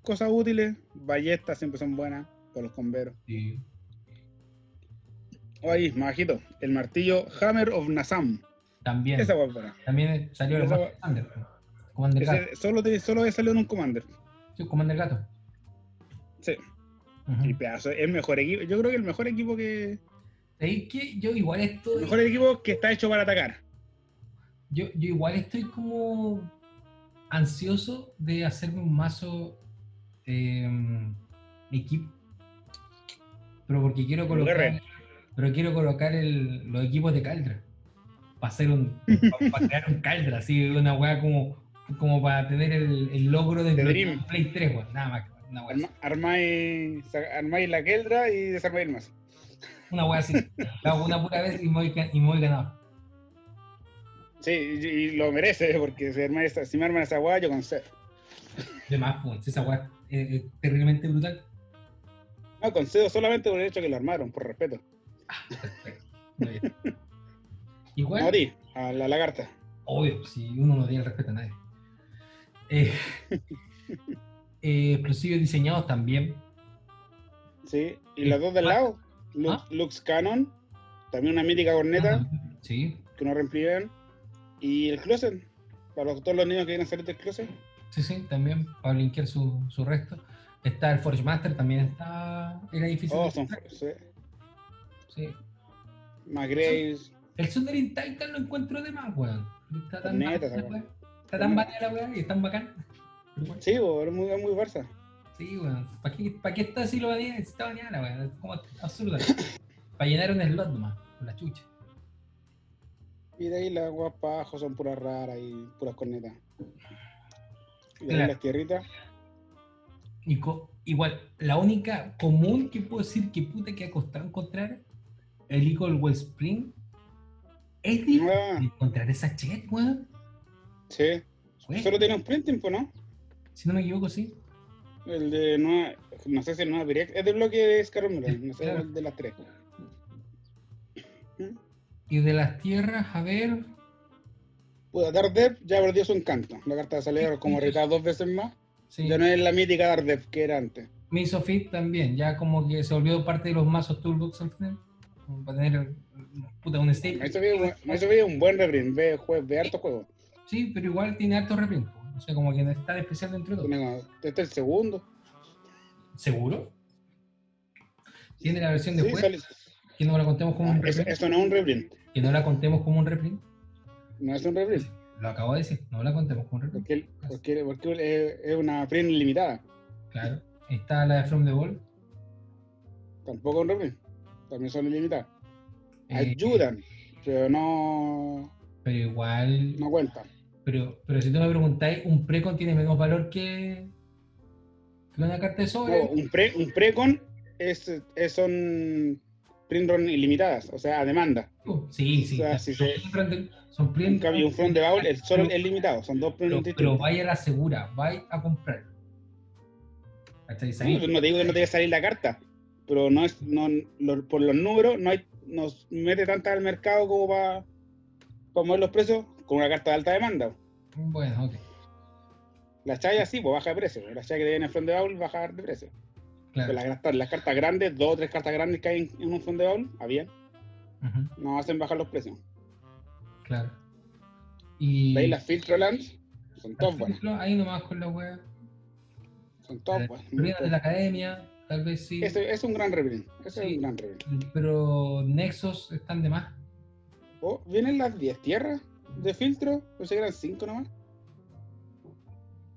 Speaker 2: cosas útiles, ballestas siempre son buenas para los comberos.
Speaker 1: Sí.
Speaker 2: Oh, ahí, más bajito, el martillo Hammer of Nazam.
Speaker 1: También.
Speaker 2: Esa hueá es buena.
Speaker 1: También salió el
Speaker 2: Esa-
Speaker 1: Commander. Commander Gato.
Speaker 2: Ese solo, te- solo salió en un Commander.
Speaker 1: Sí, Commander Gato.
Speaker 2: Sí.
Speaker 1: Ajá.
Speaker 2: El pedazo, el mejor equipo. Yo creo que el mejor equipo que.
Speaker 1: ¿Sabéis qué? Yo igual
Speaker 2: El
Speaker 1: estoy.
Speaker 2: mejor equipo que está hecho para atacar.
Speaker 1: Yo, yo igual estoy como ansioso de hacerme un mazo eh, equipo. Pero porque quiero
Speaker 2: Como
Speaker 1: colocar.
Speaker 2: Guerrero.
Speaker 1: Pero quiero colocar el- los equipos de Caldra. Para hacer un. Para crear un Caldra, así, una weá como. Como para tener el, el logro de
Speaker 2: The
Speaker 1: bloquear
Speaker 2: Dream.
Speaker 1: un Play 3, weón. Nada más. que- Una weá así.
Speaker 2: Arma- Armáis, sa- armáis la Keldra y desarmáis el mazo.
Speaker 1: Una weá así. La hago una pura vez y me voy, ca- y me voy ganado.
Speaker 2: Sí, y, y lo merece, <laughs> porque si, armáis esa- si me arman esa guay, yo con cero.
Speaker 1: De más, pues, esa weá es, es terriblemente brutal.
Speaker 2: No, concedo solamente por el hecho que lo armaron, por respeto.
Speaker 1: Perfecto. Muy bien. Igual,
Speaker 2: No a ti, a la lagarta.
Speaker 1: obvio, pues, si uno no tiene el respeto a nadie.
Speaker 2: <laughs>
Speaker 1: Eh, eh, explosivos diseñados también.
Speaker 2: Sí, y
Speaker 1: Sí.
Speaker 2: las dos del
Speaker 1: Ah.
Speaker 2: lado, Lu-
Speaker 1: Ah.
Speaker 2: Lux Cannon, también una mítica corneta
Speaker 1: Sí,
Speaker 2: que no reempliegan, y el closet, para los- todos los niños que quieren salir del closet.
Speaker 1: sí, sí, también para linkear su, su resto. Está el Forge Master, también está. Era difícil.
Speaker 2: Oh,
Speaker 1: de
Speaker 2: son
Speaker 1: sacar,
Speaker 2: sí.
Speaker 1: sí.
Speaker 2: más Graves,
Speaker 1: El Sundering Titan lo encuentro de más, weón. Está tan
Speaker 2: Neta,
Speaker 1: bacán,
Speaker 2: esa
Speaker 1: weón. Está tan bacán la weá y es tan bacán.
Speaker 2: sí, bo, es muy, es muy Barça.
Speaker 1: Sí, weón. ¿Para qué, pa' qué está así lo banea? Si está baneada, la weón. Es como absurda. Para llenar un slot nomás, con la chucha.
Speaker 2: Y de ahí las guapas abajo son puras raras y puras cornetas. Y de ahí
Speaker 1: Claro.
Speaker 2: las tierritas,
Speaker 1: Y co- igual, la única común que puedo decir que puta que ha costado encontrar el Eagle Wellspring es difícil
Speaker 2: Ah.
Speaker 1: encontrar esa chat, weón.
Speaker 2: sí.
Speaker 1: Weón,
Speaker 2: Solo tiene un printing, pues, ¿no?
Speaker 1: Si no me equivoco, sí.
Speaker 2: El de Nueva, no sé si el Nueva Pirec, es del bloque de Scarumula, no sé
Speaker 1: Claro.
Speaker 2: cuál de las tres. ¿Mm?
Speaker 1: Y de las tierras, a ver.
Speaker 2: Puta, Dardev ya perdió su encanto. La carta de salida como retada dos veces más.
Speaker 1: Sí.
Speaker 2: Ya no es la mítica Dardev que era antes.
Speaker 1: Misofit también, ya como que se volvió parte de los mazos Toolbox al final. como Para tener puta un staple.
Speaker 2: Maestro Villa Maestro Villa es un buen reprint, ve, jue- ve harto juego.
Speaker 1: Sí, pero igual tiene harto reprint. po. O sea, como que no está de especial dentro de todo.
Speaker 2: Tiene como- Este es el segundo.
Speaker 1: ¿Seguro? Tiene la versión de
Speaker 2: Sí,
Speaker 1: juego,
Speaker 2: sale-
Speaker 1: que no la contemos como
Speaker 2: Ah,
Speaker 1: un
Speaker 2: es-
Speaker 1: reprint.
Speaker 2: esto no es un reprint,
Speaker 1: Que no la contemos como un reprint.
Speaker 2: no es un reprint,
Speaker 1: Lo acabo de decir, no la contemos como un reprint.
Speaker 2: porque, porque, porque es, eh, es una print limitada,
Speaker 1: Claro. Está la de From the Ball.
Speaker 2: tampoco es un reprint, también son ilimitadas.
Speaker 1: eh,
Speaker 2: Ayudan, pero no,
Speaker 1: Pero igual.
Speaker 2: no cuentan.
Speaker 1: Pero, pero si tú me preguntáis, un precon tiene menos valor que. que una carta de sobre.
Speaker 2: No, un, pre, un precon es, es- son print run ilimitadas, o sea, a demanda.
Speaker 1: Sí, sí.
Speaker 2: O sea,
Speaker 1: la-
Speaker 2: si
Speaker 1: son
Speaker 2: se-
Speaker 1: print run- son
Speaker 2: En
Speaker 1: print
Speaker 2: cambio, un
Speaker 1: run-
Speaker 2: front de baúl el solo
Speaker 1: pero-
Speaker 2: es limitado, son dos print
Speaker 1: pero,
Speaker 2: runs
Speaker 1: pero
Speaker 2: distintos.
Speaker 1: vaya a la segura, vaya a comprar. ¿Cachai?
Speaker 2: Sí, pues no te digo que no te vaya a salir la carta, pero no es, no, lo- por los números no hay, nos mete tanta al mercado como para mover los precios con una carta de alta demanda.
Speaker 1: Bueno, ok.
Speaker 2: La chaya sí, pues baja de precio. La chaya que te viene en front de baúl baja de precio.
Speaker 1: Claro.
Speaker 2: Pero las, cartas- las cartas grandes, dos o tres cartas grandes que hay en, en un front de baúl, había,
Speaker 1: Ujú,
Speaker 2: nos hacen bajar los precios.
Speaker 1: claro. Y.
Speaker 2: De ahí las filtrolands son
Speaker 1: por
Speaker 2: todas buenas.
Speaker 1: ejemplo, ahí nomás con la wea.
Speaker 2: Son todas
Speaker 1: La
Speaker 2: buenas.
Speaker 1: ruina de Ah, la academia, tal vez sí.
Speaker 2: Ese es un gran reprint. Ese
Speaker 1: Sí.
Speaker 2: es un gran reprint.
Speaker 1: Pero Nexos están de más.
Speaker 2: Oh, ¿Vienen las 10 tierras de filtro? O sea, eran 5 nomás.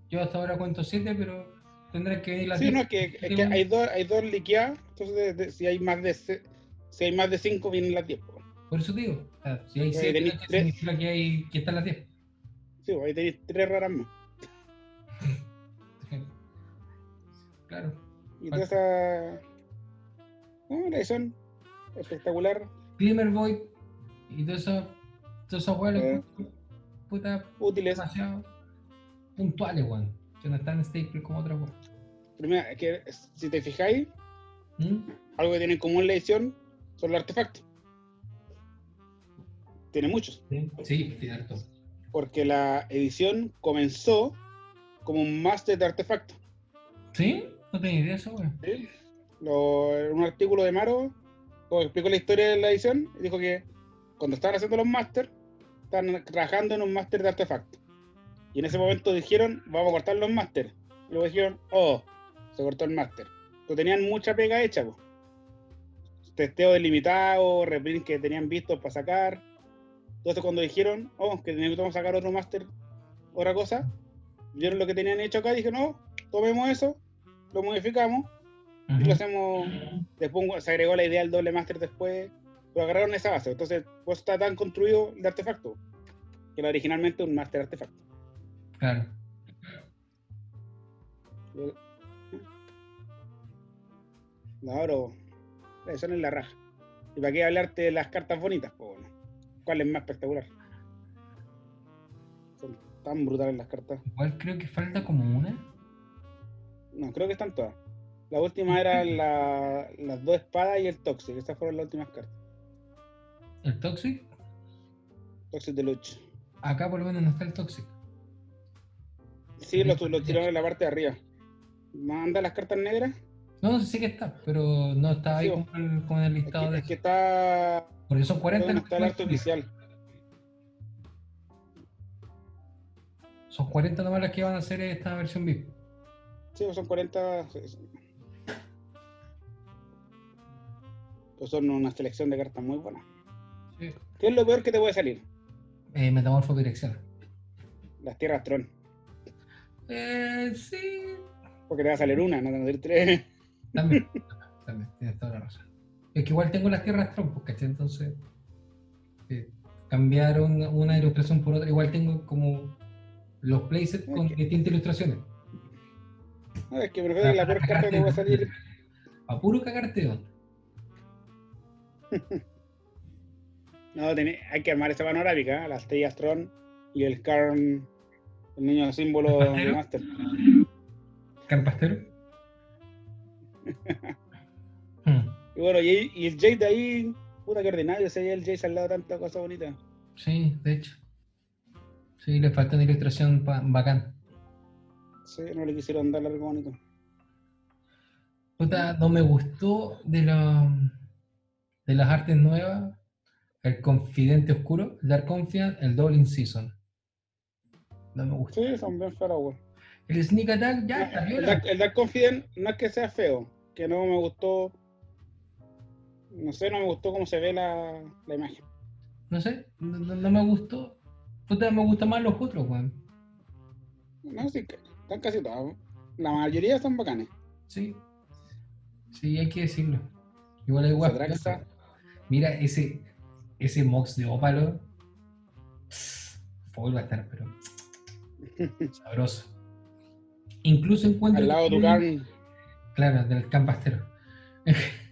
Speaker 1: Yo hasta ahora cuento 7, pero tendrás que venir las
Speaker 2: Sí,
Speaker 1: diez.
Speaker 2: no, es que, es que
Speaker 1: Tengo-
Speaker 2: hay dos, hay dos liqueadas, entonces de- de- si hay más de se- si hay más de cinco vienen las pues, 10. po.
Speaker 1: Por eso te digo. o sea, si hay
Speaker 2: Oye,
Speaker 1: 7,
Speaker 2: tenéis tres.
Speaker 1: significa que, hay, que están las 10.
Speaker 2: Sí, po, ahí tenéis tres raras más.
Speaker 1: Claro.
Speaker 2: Y todas esas. No, la edición espectacular.
Speaker 1: Glimmer Void y todos esos todos esos weas los
Speaker 2: Eh.
Speaker 1: encuentro, puta
Speaker 2: Útiles.
Speaker 1: demasiado puntuales, weón. Que no están staple como otras weas.
Speaker 2: Pero mira, es que si te fijáis,
Speaker 1: ¿Mm?
Speaker 2: algo que tiene en común la edición son los artefactos. Tiene muchos.
Speaker 1: Sí, tiene harto.
Speaker 2: Porque la edición comenzó como un máster de artefactos.
Speaker 1: ¿Sí? No tenía idea eso, weón.
Speaker 2: Sí. Lo- un artículo de Maro como explicó la historia de la edición y dijo que cuando estaban haciendo los máster, estaban trabajando en un máster de artefactos. Y en ese momento dijeron, vamos a cortar los máster. Y luego dijeron, oh, se cortó el máster. Pero tenían mucha pega hecha, po. Testeo delimitado, reprint que tenían vistos para sacar. Entonces cuando dijeron, oh, que necesitamos sacar otro máster, otra cosa, vieron lo que tenían hecho acá y dijeron, no, tomemos eso, lo modificamos y lo hacemos. Después se agregó la idea del doble máster después, pero agarraron esa base. Entonces, pues está tan construido el artefacto, que era originalmente un máster artefacto.
Speaker 1: Claro.
Speaker 2: No, bro. Eso no es la raja. ¿Y para qué hablarte de las cartas bonitas? Pues bueno, ¿Cuál es más espectacular? Son tan brutales las cartas.
Speaker 1: Igual creo que falta como una.
Speaker 2: No, creo que están todas. La última era la- las dos espadas y el Toxic. Esas fueron las últimas cartas.
Speaker 1: ¿El Toxic?
Speaker 2: Toxic Deluxe.
Speaker 1: Acá por lo menos no está el Toxic.
Speaker 2: Sí, lo, lo tiraron en la parte de arriba. Manda las cartas negras.
Speaker 1: No, sí que está, pero no está ahí
Speaker 2: Sí,
Speaker 1: con el, con el
Speaker 2: Es
Speaker 1: listado
Speaker 2: que,
Speaker 1: de...
Speaker 2: es que está.
Speaker 1: Porque son 40...
Speaker 2: ¿Dónde está el arte
Speaker 1: nomás-
Speaker 2: oficial?
Speaker 1: Son 40 nomás las que van a hacer esta versión VIP.
Speaker 2: Sí, son 40. sí, sí. Pues son una selección de cartas muy buenas.
Speaker 1: Sí.
Speaker 2: ¿Qué es lo peor que te puede salir?
Speaker 1: Eh, metamorfo direccional.
Speaker 2: Las tierras Tron.
Speaker 1: Eh, sí.
Speaker 2: Porque te va a salir una, no te van a salir tres. <laughs>
Speaker 1: También, también, tienes toda la razón. Es que igual tengo las tierras trompos, ¿cachai? Entonces, eh, cambiar una, una ilustración por otra. Igual tengo como los playsets con
Speaker 2: Ok.
Speaker 1: distintas ilustraciones.
Speaker 2: No, es que prefiero la peor carta que te puede salir.
Speaker 1: A puro cagarte de onda.
Speaker 2: No, tené- hay que armar esa panorámica, ¿eh? las tierras Tron y el Karn, el niño símbolo
Speaker 1: ¿El
Speaker 2: de
Speaker 1: pastero?
Speaker 2: Master. <laughs>
Speaker 1: ¿Carpastero? Hmm,
Speaker 2: Y bueno, y, y el Jade de ahí, puta que ordinario, se el Jade al lado tanta cosa bonita.
Speaker 1: Sí, de hecho. Sí, le falta una ilustración pa- bacán.
Speaker 2: Sí, no le quisieron dar algo bonito.
Speaker 1: Puta, no me gustó de, la- de las artes nuevas el Confidente Oscuro, el Dark Confident, el Double Season. No me gustó.
Speaker 2: Sí, son bien feos, güey.
Speaker 1: El Sneak Attack ya está
Speaker 2: El
Speaker 1: viola.
Speaker 2: Dark, el Dark Confident no es que sea feo, que no me gustó. No sé, no me gustó cómo se ve la, la imagen.
Speaker 1: No sé, no, no- no me gustó. Puta, me gustan más los otros, weón.
Speaker 2: No, sí, que- están casi todas. La mayoría son bacanes.
Speaker 1: Sí. Sí, hay que decirlo. Igual hay
Speaker 2: Esa
Speaker 1: guapo.
Speaker 2: Draxa.
Speaker 1: Mira, ese, ese Mox de Ópalo. Foil va a estar,
Speaker 2: <laughs>
Speaker 1: pero. Sabroso. Incluso encuentro.
Speaker 2: Al lado de tu Karn,
Speaker 1: Claro, del campastero. <laughs>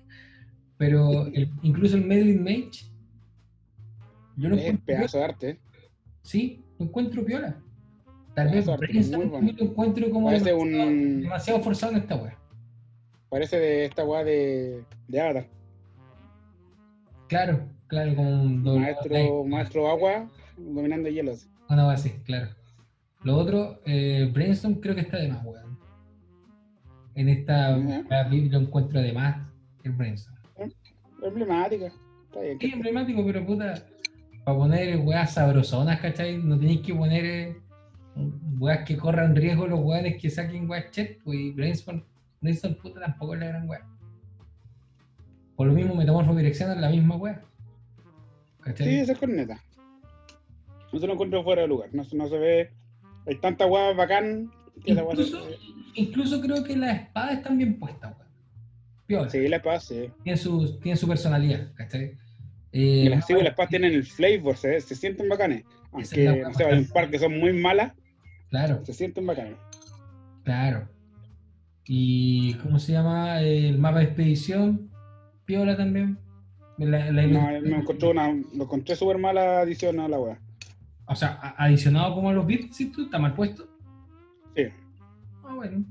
Speaker 1: Pero el- incluso el Medlin Mage, yo lo
Speaker 2: es
Speaker 1: encuentro,
Speaker 2: pedazo de arte.
Speaker 1: sí, lo encuentro piola. Tal
Speaker 2: Pedazo
Speaker 1: vez
Speaker 2: de
Speaker 1: Brain
Speaker 2: arte, muy
Speaker 1: Sand
Speaker 2: bueno.
Speaker 1: yo lo encuentro como
Speaker 2: Parece
Speaker 1: demasiado,
Speaker 2: un-
Speaker 1: demasiado forzado en esta wea.
Speaker 2: Parece de esta weá de, de Avatar.
Speaker 1: Claro, claro, como un doble-
Speaker 2: Maestro, maestro agua dominando hielos.
Speaker 1: Una wea así, claro. Lo otro, eh, Brainstorm creo que está de más, weón. En esta
Speaker 2: Ujú.
Speaker 1: wea VIP lo encuentro de más el Brainstorm.
Speaker 2: Emblemática. Está bien.
Speaker 1: Sí, emblemático, pero puta, para poner weas sabrosonas, ¿cachai? No tenéis que poner eh, weas que corran riesgo los weones que saquen weas chet, pues, y Brainstorm, Brainstorm, puta, tampoco es la gran wea. Por lo mismo, Metamorfo Direccional es la misma wea. ¿Cachai?
Speaker 2: Sí, esa es corneta. No se lo encuentro fuera de lugar. No, se- no se ve. Hay tanta weá bacán que la weá se-
Speaker 1: Incluso- Incluso creo que las espadas están bien puestas, weón. Piola,
Speaker 2: Sí, la paz, sí.
Speaker 1: tiene, su, tiene su personalidad, ¿cachai?
Speaker 2: Y
Speaker 1: Eh,
Speaker 2: las sí, las paz tienen el flavor, se, se sienten bacanes.
Speaker 1: Esa
Speaker 2: Aunque
Speaker 1: es la weá
Speaker 2: no sé, hay un par que son muy malas,
Speaker 1: Claro.
Speaker 2: se sienten bacanes.
Speaker 1: Claro. ¿Y cómo se llama? El mapa de expedición. Piola también. La- la
Speaker 2: No,
Speaker 1: ilustración.
Speaker 2: me encontré una, lo encontré súper mala adición a la weá.
Speaker 1: O sea, a- adicionado como a los bits, ¿sí tú? ¿Está mal puesto?
Speaker 2: Sí.
Speaker 1: Ah, bueno.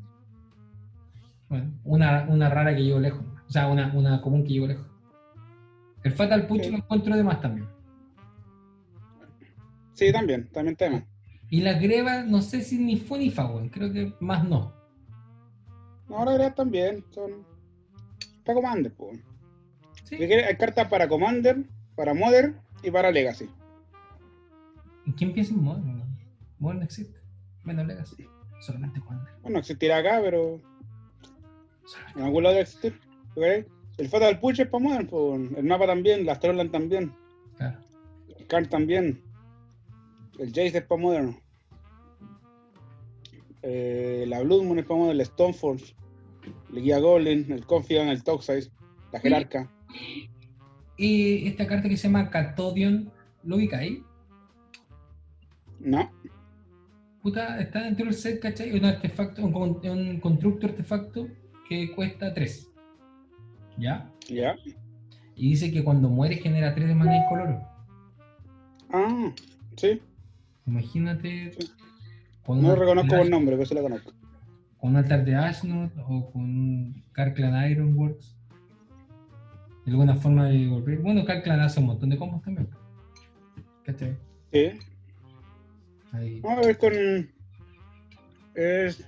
Speaker 1: Bueno, una, una rara que llevo lejos. O sea, una, una común que llevo lejos. El Fatal Punch
Speaker 2: Sí.
Speaker 1: lo encuentro de más también.
Speaker 2: Sí, también, también tema.
Speaker 1: Y la greva, no sé si ni fue ni fa, weón. Creo que más no.
Speaker 2: No, la verdad también, son. Para Commander, po.
Speaker 1: Sí.
Speaker 2: Hay cartas para Commander, para Modern y para Legacy.
Speaker 1: ¿Y quién piensa en Modern? weón? Modern no existe. Menos Legacy. Solamente Commander.
Speaker 2: Bueno, existirá acá, pero En algún lado existe. ¿ok? El Fata del Puche es para Modern, po, el mapa también, las Trollan también,
Speaker 1: Claro.
Speaker 2: el Karn también, el Jace es para Modern, eh, la Blood Moon es para Modern, el Stoneforge, el Guía Goblin, el Confidant, el Toxize, la Jerarca.
Speaker 1: Y esta carta que se llama Catodion, ¿lo ubica ahí?
Speaker 2: No,
Speaker 1: Puta, está dentro del set, ¿cachai? Un artefacto, un, con- un constructo artefacto que cuesta 3. ¿Ya?
Speaker 2: ya.
Speaker 1: Y dice que cuando muere genera 3 de mana incoloro.
Speaker 2: Ah, sí,
Speaker 1: Imagínate. Con
Speaker 2: no
Speaker 1: un
Speaker 2: lo reconozco
Speaker 1: altar-
Speaker 2: por nombre, pero sí lo conozco.
Speaker 1: Con un altar de Ashnod o con un Carclan Ironworks. De alguna forma de volver. Bueno, Carclan hace un montón de combos también. ¿Cachai?
Speaker 2: Sí,
Speaker 1: Ahí.
Speaker 2: No, es con. Es.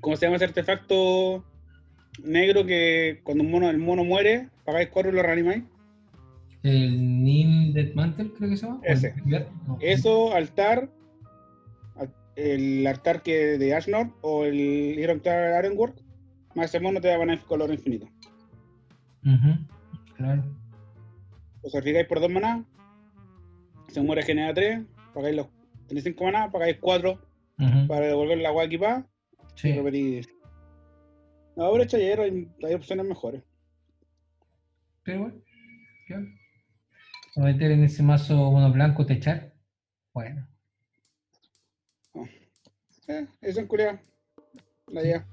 Speaker 2: ¿Cómo se llama ese artefacto negro que cuando un mono, el mono muere, pagáis cuatro y lo reanimáis?
Speaker 1: El Nim Deathmantle, creo que se llama. o el
Speaker 2: Ese.
Speaker 1: primer- no.
Speaker 2: Eso, altar. al- El altar que de Ashnor o el Iron Tower Ironwork, más ese mono te van a color infinito.
Speaker 1: Ujú, Claro.
Speaker 2: Lo sacrificáis por dos maná, se muere genera tres, pagáis los. Tenéis cinco maná, pagáis cuatro
Speaker 1: Ujú,
Speaker 2: para devolver la agua equipada.
Speaker 1: sí.
Speaker 2: repetir. No, pero es chayero, hay, hay opciones mejores.
Speaker 1: Pero bueno, claro. Voy a meter en ese mazo uno blanco techar. Bueno,
Speaker 2: Eh, eso es culiado. La idea.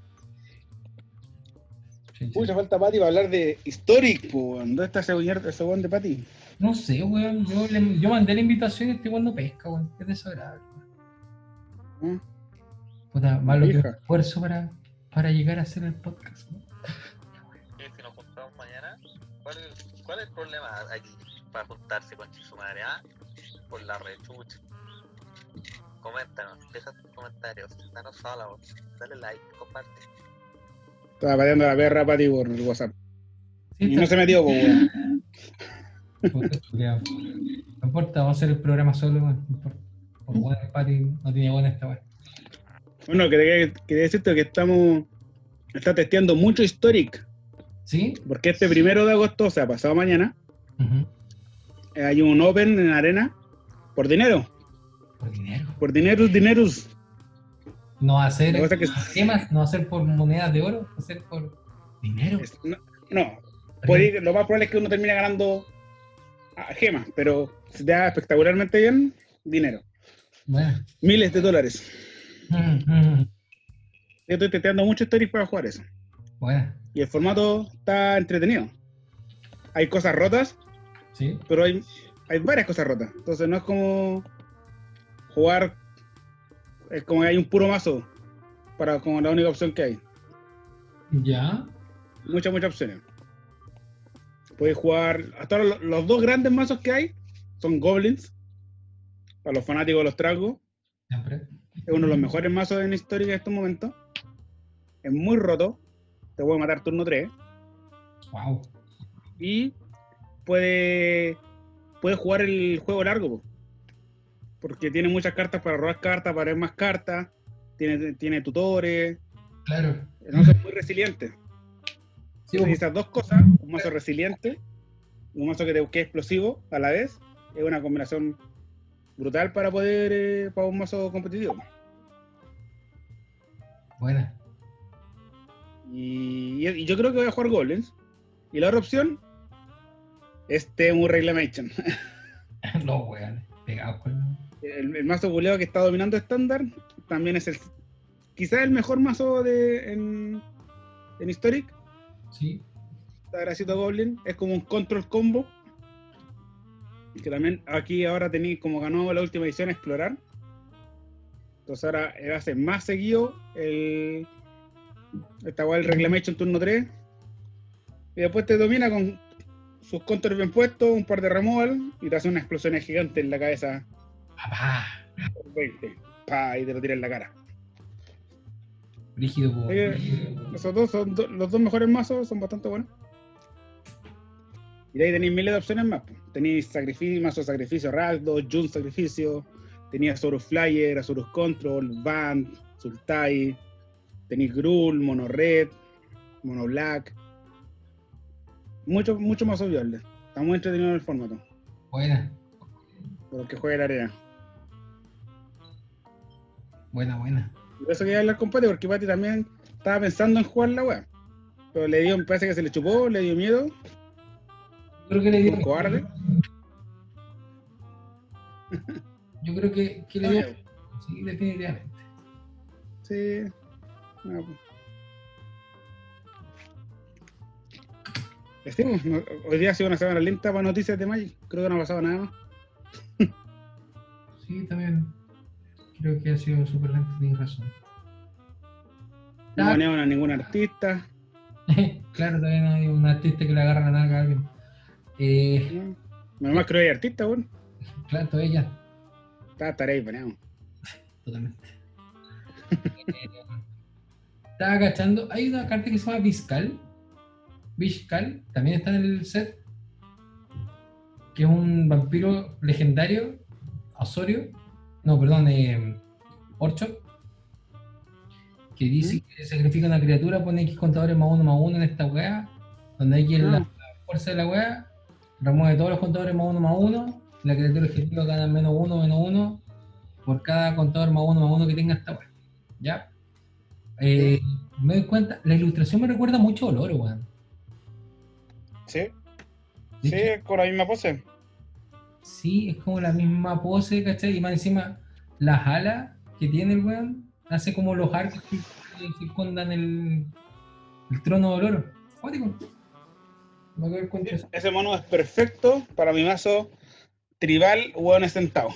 Speaker 1: sí, sí.
Speaker 2: Uy, le falta Pati para hablar de Historic, po, weón. ¿Dónde está ese weón ese weón de Pati?
Speaker 1: no sé, weón. Yo, le- yo mandé la invitación y este weón no pesca, weón. Es desagradable.
Speaker 2: Mm.
Speaker 1: Puta, malo que
Speaker 2: Hija.
Speaker 1: esfuerzo para, para llegar a hacer el podcast. ¿no?
Speaker 3: que si nos juntamos mañana, ¿cuál, cuál es el problema aquí para juntarse con su madre? Ah, por la rechucha. Coméntanos, deja tus comentarios, danos follow, dale like, comparte.
Speaker 2: Estaba pateando la perra Pati por el WhatsApp.
Speaker 1: Sí,
Speaker 2: Y
Speaker 1: está-
Speaker 2: no se metió, po, weón.
Speaker 1: Puta, culiao. No importa, vamos a hacer el programa solo, weón. No importa. Por weón, el pati no tiene buena esta weón.
Speaker 2: Bueno, quería, quería decirte que estamos. Está testeando mucho Historic.
Speaker 1: ¿Sí?
Speaker 2: Porque este primero de agosto, o sea, pasado mañana,
Speaker 1: Ujú.
Speaker 2: eh, hay un Open en Arena. Por dinero.
Speaker 1: Por dinero.
Speaker 2: Por dineros, dineros.
Speaker 1: No va a ser
Speaker 2: Lo que pasa es que-
Speaker 1: gemas, no va a ser por monedas de oro, va a ser por dinero.
Speaker 2: Es- no, no, puede ir- lo más probable es que uno termine ganando ah, gemas, pero si te da espectacularmente bien, dinero.
Speaker 1: Bueno.
Speaker 2: Miles de dólares.
Speaker 1: Mm, mm,
Speaker 2: Yo estoy testeando mucho stories para jugar eso.
Speaker 1: bueno,
Speaker 2: Y el formato está entretenido. Hay cosas rotas,
Speaker 1: sí.
Speaker 2: pero hay, hay varias cosas rotas. Entonces no es como jugar, es como que hay un puro mazo para como la única opción que hay.
Speaker 1: Ya.
Speaker 2: muchas, muchas opciones. Puedes jugar. Hasta ahora lo- los dos grandes mazos que hay son Goblins. Para los fanáticos de los tragos.
Speaker 1: Siempre.
Speaker 2: Es uno de los mejores mazos en la historia en estos momentos. Es muy roto. Te puede matar turno 3.
Speaker 1: Wow.
Speaker 2: Y puede. Puedes jugar el juego largo. po. Porque tiene muchas cartas para robar cartas, para ver más cartas. Tiene, tiene tutores.
Speaker 1: Claro.
Speaker 2: Entonces es muy resiliente.
Speaker 1: Sí,
Speaker 2: Entonces,
Speaker 1: vos-
Speaker 2: esas dos cosas, un mazo resiliente, y un mazo que, te, que es explosivo a la vez, es una combinación brutal para poder, eh, para un mazo competitivo.
Speaker 1: buena.
Speaker 2: Y, y yo creo que voy a jugar Goblins. Y la otra opción es Temu Reclamation.
Speaker 1: <laughs> No, weón. Pegado con.
Speaker 2: El, el mazo buleado que está dominando estándar también es el quizás el mejor mazo de, en, en Historic.
Speaker 1: Sí.
Speaker 2: Tagracito Goblin, es como un control combo. Que también aquí ahora tenéis, como ganó la última edición, explorar. Entonces ahora eh, hace más seguido el. Esta weá, el Reclamation turno 3. Y después te domina con sus controls bien puestos, un par de removal y te hace una explosión gigante en la cabeza.
Speaker 1: Papá.
Speaker 2: 20. Pa, y te lo tira en la cara.
Speaker 1: Rígido, po.
Speaker 2: Oye, Esos dos son do- los dos mejores mazos, son bastante buenos. Y de ahí tenéis miles de opciones más. po. Tenéis sacrificio, mazo sacrificio, Ragdos, Jun sacrificio, tenías Azorus Flyer, Azorus Control, Band, Sultai, Tenéis Grul, Mono Red, Mono Black. Mucho, mucho más obviable. Está muy entretenido en el formato.
Speaker 1: Buena,
Speaker 2: Por el que juega la arena.
Speaker 1: buena, buena.
Speaker 2: Por eso quería hablar con Pati, porque Pati también estaba pensando en jugar la weá. Pero le dio, me parece que se le chupó, le dio miedo.
Speaker 1: Creo que le dio.
Speaker 2: Un cobarde.
Speaker 1: <laughs> Yo creo que, que le
Speaker 2: Ah,
Speaker 1: dio. Sí, definitivamente.
Speaker 2: Sí. No, pues. Este, pues,
Speaker 1: Mm.
Speaker 2: no- hoy día ha sido una semana lenta para noticias de Magic. Creo que no ha pasado nada más.
Speaker 1: Sí, también. Creo que ha sido súper lento, tienes razón.
Speaker 2: No
Speaker 1: Ah.
Speaker 2: banearon a ningún artista.
Speaker 1: <laughs> claro, también hay un artista que le agarra la nalga a alguien. Eh,
Speaker 2: ¿no? Además, creo que hay artistas, weón.
Speaker 1: claro, todo ella,
Speaker 2: Está estaré ahí baneado.
Speaker 1: totalmente. <laughs> Eh, Estaba cachando. Hay una carta que se llama Viscal. Viscal también está en el set. Que es un vampiro legendario. Osorio. No, perdón, eh, Orcho. Que dice que sacrifica una criatura, pone X contadores más uno más uno en esta weá. Donde X es la
Speaker 2: Ah.
Speaker 1: fuerza de la weá. Remueve todos los contadores más uno más uno. La criatura objetivo gana menos uno, menos uno. Por cada contador más uno más uno que tenga esta weá. ¿Ya? Eh, me doy cuenta, la ilustración me recuerda mucho a Oloro, weón.
Speaker 2: Sí,
Speaker 1: De hecho,
Speaker 2: con la misma pose.
Speaker 1: sí, es como la misma pose, ¿cachai? Y más encima, las alas que tiene el weón, hace como los arcos que que circundan el, el trono de Oloro. Cuático. Me acabo de dar cuenta de eso.
Speaker 2: Ese mono es perfecto para mi mazo tribal, weón es sentado.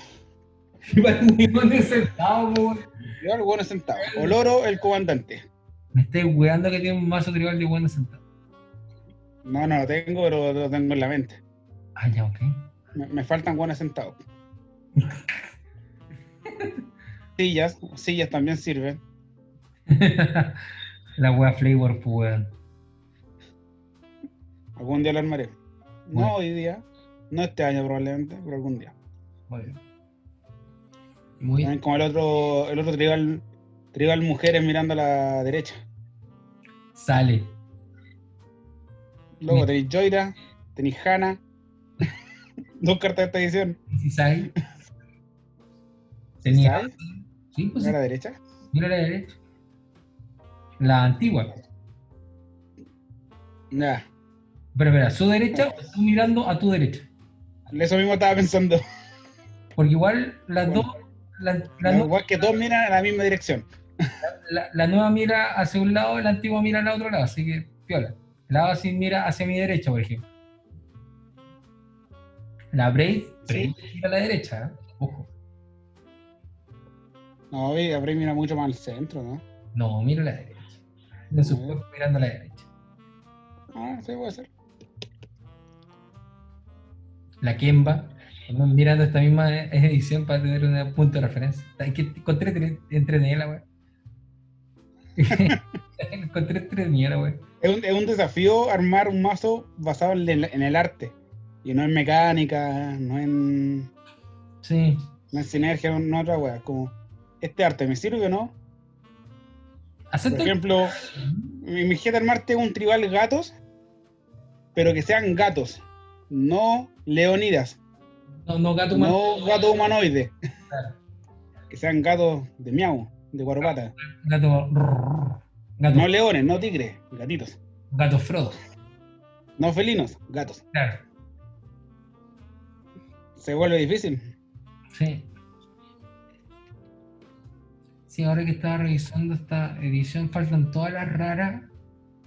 Speaker 1: <laughs> Igual ni dónde sentado, weón.
Speaker 2: Tribal, weón es sentado. Oloro, el comandante.
Speaker 1: Me estoy weando que tiene un mazo tribal de weón sentado.
Speaker 2: No, no lo tengo, pero lo tengo en la mente.
Speaker 1: Ah, ya, ok. <laughs>
Speaker 2: Me, me faltan buenos sentados. sillas, sillas también sirven.
Speaker 1: la wea flavor, pues, weón.
Speaker 2: Algún día lo armaré.
Speaker 1: Bueno.
Speaker 2: No hoy día, no este año probablemente, pero algún día.
Speaker 1: Muy bien. Muy
Speaker 2: También como el otro, el otro tribal, tribal mujeres mirando a la derecha.
Speaker 1: Sale.
Speaker 2: Luego
Speaker 1: Mira.
Speaker 2: tenéis Joyra, tenéis Hannah. <laughs> Dos cartas de esta edición.
Speaker 1: Si Sai tenía.
Speaker 2: ¿Sai?
Speaker 1: Sí, pues
Speaker 2: Mira
Speaker 1: sí,
Speaker 2: a la derecha.
Speaker 1: mira a la derecha. La antigua.
Speaker 2: Ya.
Speaker 1: Pero, pero, ¿a su derecha o tú mirando a tu derecha?
Speaker 2: Eso mismo estaba pensando.
Speaker 1: Porque igual las
Speaker 2: Bueno.
Speaker 1: dos. La, la, nu-
Speaker 2: Igual que todos miran en la misma dirección.
Speaker 1: la- la nueva mira hacia un lado, la antigua mira al otro lado, así que piola. La así mira hacia mi derecha, por ejemplo. La Brave, Brave
Speaker 2: Sí.
Speaker 1: mira a la derecha, ¿eh? ojo.
Speaker 2: No, oye, Abril mira mucho más al centro, ¿no?
Speaker 1: No, mira a la derecha. En
Speaker 2: Uh.
Speaker 1: su cuerpo mirando a la derecha.
Speaker 2: Ah, sí, puede ser.
Speaker 1: la Kemba, también mirando esta misma e-, edición para tener un punto de referencia. Hay que encontré entre- entretenida la
Speaker 2: <laughs>
Speaker 1: wea. <laughs> encontré entretenida la wea.
Speaker 2: Es un, es un desafío armar un mazo basado en el, en el arte. Y no en mecánica, no en,
Speaker 1: Sí,
Speaker 2: no en sinergia, no en otra wea. Como, ¿este arte me sirve o no? Por
Speaker 1: acepto.
Speaker 2: ejemplo, mi, mi jeta armarte un tribal gatos, pero que sean gatos, no leonidas,
Speaker 1: No, no, gato humano.
Speaker 2: no gatos humanoides.
Speaker 1: Claro.
Speaker 2: <laughs> Que sean gatos de miau, de cuatro patas.
Speaker 1: Gato. Gato,
Speaker 2: No leones, no tigres, gatitos.
Speaker 1: gato Frodo.
Speaker 2: No felinos, gatos.
Speaker 1: Claro,
Speaker 2: Se vuelve difícil.
Speaker 1: sí. Sí, ahora que estaba revisando esta edición, faltan todas las raras.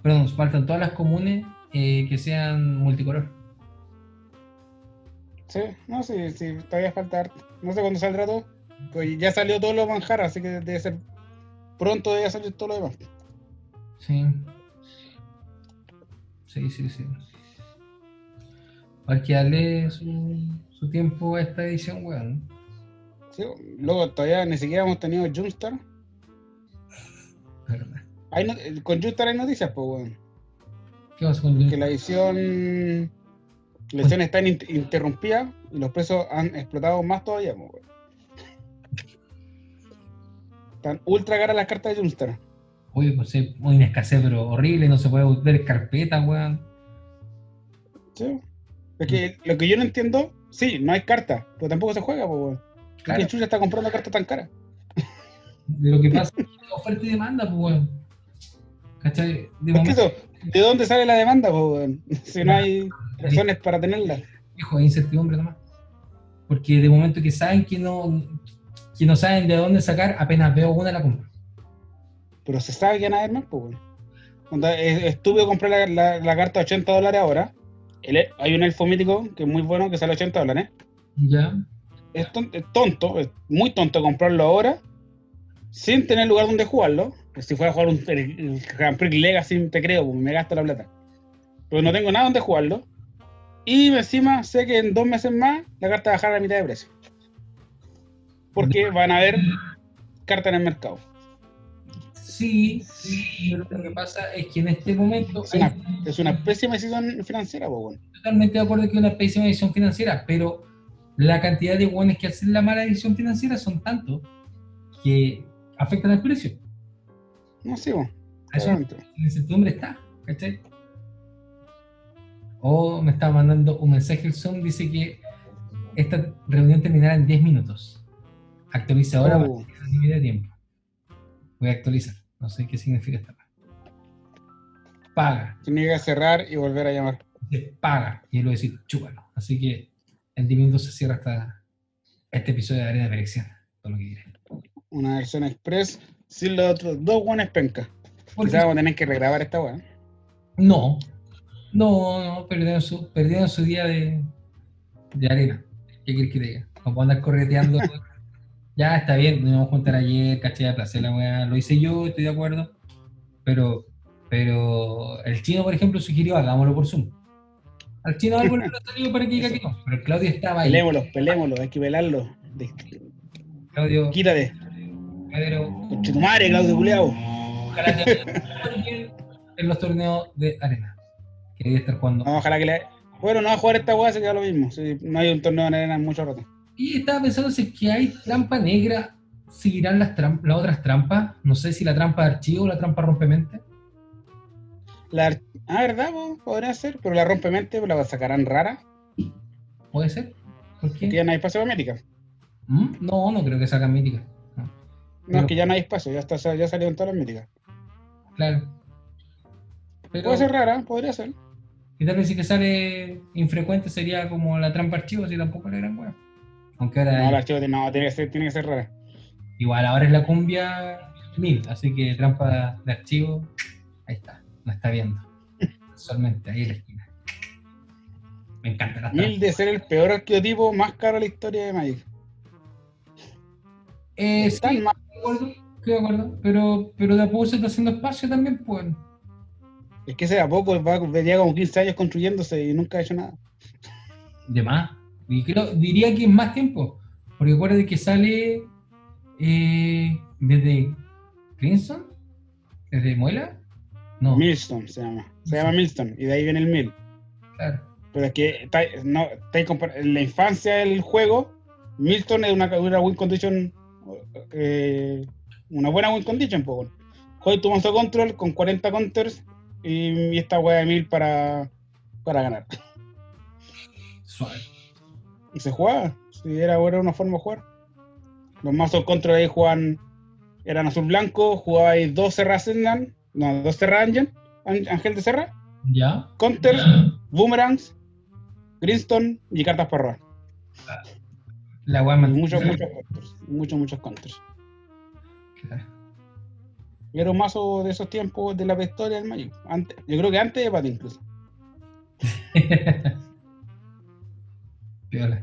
Speaker 1: Perdón, faltan todas las comunes eh, que sean multicolor.
Speaker 2: Sí, no, sí, sí, todavía falta harto. No sé cuándo saldrá todo. Pues ya salió todo lo de Manjar, así que debe ser. Pronto debe salir todo lo demás.
Speaker 1: Sí. Sí, sí, sí. Hay que darle su, su tiempo a esta edición, weón.
Speaker 2: Sí, Luego todavía ni siquiera hemos tenido Jumpstar.
Speaker 1: Verdad.
Speaker 2: Hay no- eh, con Jumpstar hay noticias, pues, weón.
Speaker 1: ¿Qué pasa con
Speaker 2: Que la edición. La edición está in- interrumpida y los precios han explotado más todavía, pues, weón. Están ultra caras las cartas de Jumpstar.
Speaker 1: Oye, pues hay una escasez pero horrible, no se puede volver carpeta, weón. Mm.
Speaker 2: Sí. Es que lo que yo no entiendo, sí, no hay carta, pero tampoco se juega, pues, weón. ¿Por
Speaker 1: Claro.
Speaker 2: ¿Qué chucha está comprando cartas tan caras?
Speaker 1: Lo que
Speaker 2: <laughs>
Speaker 1: pasa es que oferta y demanda, pues, weón. ¿Cachai? De
Speaker 2: ¿Por qué
Speaker 1: momento,
Speaker 2: eso? ¿De dónde sale la demanda, pues, weón? <laughs> Si no hay razones para tenerla.
Speaker 1: hijo, hay incertidumbre nomás. Porque de momento que saben que no, que no saben de dónde sacar, apenas veo una la compro.
Speaker 2: Pero se sabe que nada más, pues, weón. Onda, es- Estúpido comprar la, la- la carta a 80 dólares ahora. El- hay un elfo mítico que es muy bueno que sale a 80 dólares.
Speaker 1: ¿Ya?
Speaker 2: Es ton- es tonto, es muy tonto comprarlo ahora sin tener lugar donde jugarlo. pues Si fuera a jugar un, el, el Grand Prix Legacy, te creo, porque me gasto la plata. Pero no tengo nada donde jugarlo. Y encima sé que en dos meses más la carta va a bajar a la mitad de precio. Porque van a haber cartas en el mercado.
Speaker 1: Sí, sí, pero lo que pasa es que en este momento
Speaker 2: Es una-
Speaker 1: hay-
Speaker 2: Es una pésima decisión financiera, pues, bueno.
Speaker 1: totalmente de acuerdo que es una pésima decisión financiera, pero la cantidad de guanes que hacen la mala decisión financiera son tantos que afectan al precio.
Speaker 2: No sé, bueno.
Speaker 1: A Eso la incertidumbre está, ¿cachai? O me está mandando un mensaje el Zoom, dice que esta reunión terminará en 10 minutos. Actualiza ahora para
Speaker 2: Oh.
Speaker 1: que no divida tiempo. Voy a actualizar, no sé qué significa esta parte. Paga.
Speaker 2: Tiene que cerrar y volver a llamar.
Speaker 1: se paga. Y él lo decir, chúpalo. Así que en 10 minutos se cierra esta, este episodio de Arena de Perexiana. Todo lo que diré.
Speaker 2: Una versión express sin los otros dos buenas pencas.
Speaker 1: Porque-
Speaker 2: Quizás vamos a tener que regrabar esta weá.
Speaker 1: no, no, no, perdieron su, perdieron su día de, de arena. ¿Qué quieres que te diga? No puedo andar correteando. ya está bien, nos vamos a juntar ayer, caché de placer la weá. Lo hice yo, estoy de acuerdo. Pero, pero el chino, por ejemplo, sugirió hagámoslo por Zoom. Al chino algo le salió para que diga que no. Pero el Claudio estaba ahí.
Speaker 2: Pelémoslo, pelémoslo, hay que velarlo.
Speaker 1: Claudio,
Speaker 2: Quítate,
Speaker 1: Pedro,
Speaker 2: conchetumare, Claudio Culeado.
Speaker 1: Ojalá que jueguen en los torneos de arena. Que debe estar jugando.
Speaker 2: No, ojalá que le. Bueno, no va a jugar esta weá, se queda lo mismo. Si no hay un torneo en arena en mucho rato.
Speaker 1: Y estaba pensando si es que hay trampa negra. ¿Seguirán las, tram- las otras trampas? No sé si la trampa de archivo o la trampa rompemente.
Speaker 2: La... ar- Ah, ¿verdad? po? Podría ser, pero la rompemente la sacarán rara.
Speaker 1: ¿Puede ser? ¿Por
Speaker 2: Que
Speaker 1: qué?
Speaker 2: ya no hay espacio para América.
Speaker 1: ¿Mm? No, no creo que sacan mítica. No.
Speaker 2: No, es que ya no hay espacio, ya, está, ya salieron todas las míticas.
Speaker 1: Claro. Pero,
Speaker 2: Puede ser rara, podría ser.
Speaker 1: y tal vez si que sale infrecuente sería como la trampa archivo, si tampoco la gran hueá. Aunque ahora
Speaker 2: No, el archivo tiene- no, tiene que ser, tiene que ser rara.
Speaker 1: Igual ahora es la cumbia mil, así que trampa de archivo, ahí está, no está
Speaker 2: <laughs>
Speaker 1: viendo. Casualmente, ahí en la esquina. Me encanta la trampa.
Speaker 2: Mil de ser el peor arqueotipo más caro de la historia de Magic.
Speaker 1: Eh, sí,
Speaker 2: Tan
Speaker 1: estoy
Speaker 2: mal.
Speaker 1: de acuerdo, estoy de acuerdo, pero, pero de a poco se está haciendo espacio también, pues.
Speaker 2: Es que ese de a poco va, llega como 15 años construyéndose y nunca ha hecho nada.
Speaker 1: De más. Y creo, diría que es más tiempo, porque acuérdate que sale eh, desde Crimson, desde Muela. No,
Speaker 2: Milstone se llama. Se llama Milstone y de ahí viene el mil.
Speaker 1: claro.
Speaker 2: Pero es que está, no, está compar- en la infancia del juego, Milton es una, una win condition, eh, una buena win condition, po, weón. Juega tu mazo control con 40 counters y, y esta wea de mil para, para ganar.
Speaker 1: Suave.
Speaker 2: Y se jugaba, si era, era una forma de jugar. Los mazos control ahí jugaban, eran azul blanco, jugabais 12 Rasengan, no, 12 Rangen, An- Ángel de Serra,
Speaker 1: ¿Ya?
Speaker 2: counters, boomerangs, Greenstone y cartas para robar.
Speaker 1: La weá
Speaker 2: Y
Speaker 1: más-
Speaker 2: Muchos, muchos counters. Muchos, muchos counters.
Speaker 1: Claro. <laughs>
Speaker 2: Y Era un mazo de esos tiempos de la prehistoria del Magic. Antes, yo creo que antes de Pato incluso.
Speaker 1: Piola.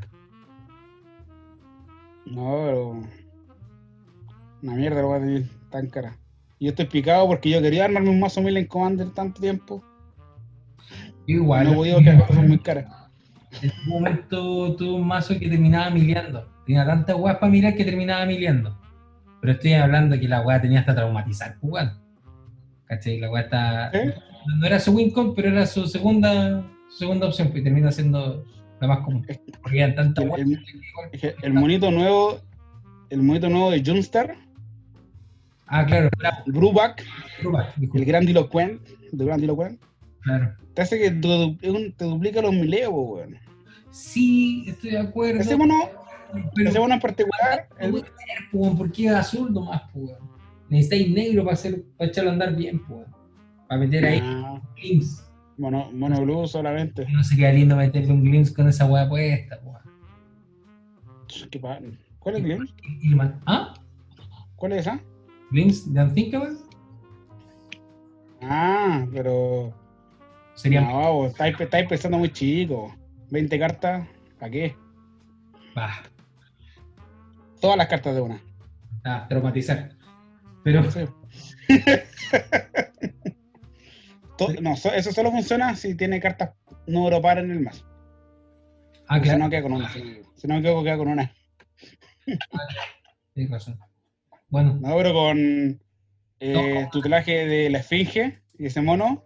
Speaker 2: No, pero... Una mierda lo voy a tener tan cara. Y yo estoy picado porque yo quería armarme un mazo mil en Commander tanto tiempo.
Speaker 1: Igual.
Speaker 2: no
Speaker 1: <laughs>
Speaker 2: he podido porque las cosas son muy caras.
Speaker 1: En un momento tuve un mazo que terminaba miliando. Tenía tantas weas para mirar que terminaba miliando. Pero estoy hablando que la wea tenía hasta traumatizar jugando. ¿Cachai? La wea está.
Speaker 2: ¿Eh?
Speaker 1: No, no era su wincon, pero era su segunda, su segunda opción. pues, Y termina siendo la más común. Porque eran tantas
Speaker 2: El-
Speaker 1: weas.
Speaker 2: el-
Speaker 1: que igual-
Speaker 2: Es que El monito nuevo... El monito nuevo de Jumpstar
Speaker 1: Ah, claro.
Speaker 2: Bruback,
Speaker 1: Brubac,
Speaker 2: el
Speaker 1: disculpe,
Speaker 2: grandilocuent, el grandilocuent,
Speaker 1: Claro.
Speaker 2: te hace que du- du- es un- te duplica los mileos, po, weón.
Speaker 1: Sí, estoy de acuerdo.
Speaker 2: Ese mono,
Speaker 1: pero
Speaker 2: ese mono en particular,
Speaker 1: no
Speaker 2: el-
Speaker 1: puede ser, po, weón, porque es azul nomás, po, weón. Necesitáis negro para, hacer, para echarlo a andar bien, po, weón. Para meter ahí
Speaker 2: Ah,
Speaker 1: glimpse.
Speaker 2: mono, mono blue solamente.
Speaker 1: No sería lindo meterle un glimpse con esa weá puesta, po, weón.
Speaker 2: Qué pa- ¿Cuál es el glimpse?
Speaker 1: Y lo man- ¿Ah?
Speaker 2: ¿Cuál es esa?
Speaker 1: ¿Glimpse de Unthinkable?
Speaker 2: Ah, pero.
Speaker 1: Sería
Speaker 2: No, vos, estáis, estáis pensando muy chico. 20 cartas, ¿para qué?
Speaker 1: bah,
Speaker 2: Todas las cartas de una.
Speaker 1: a traumatizar. Pero
Speaker 2: Sí. <laughs> To- no, so- eso solo funciona si tiene cartas número par en el mazo.
Speaker 1: Ah,
Speaker 2: Si
Speaker 1: claro,
Speaker 2: no, queda con una. Si no, queda- queda con una.
Speaker 1: tienes razón. Bueno,
Speaker 2: No, pero con eh, tutelaje de la esfinge y ese mono.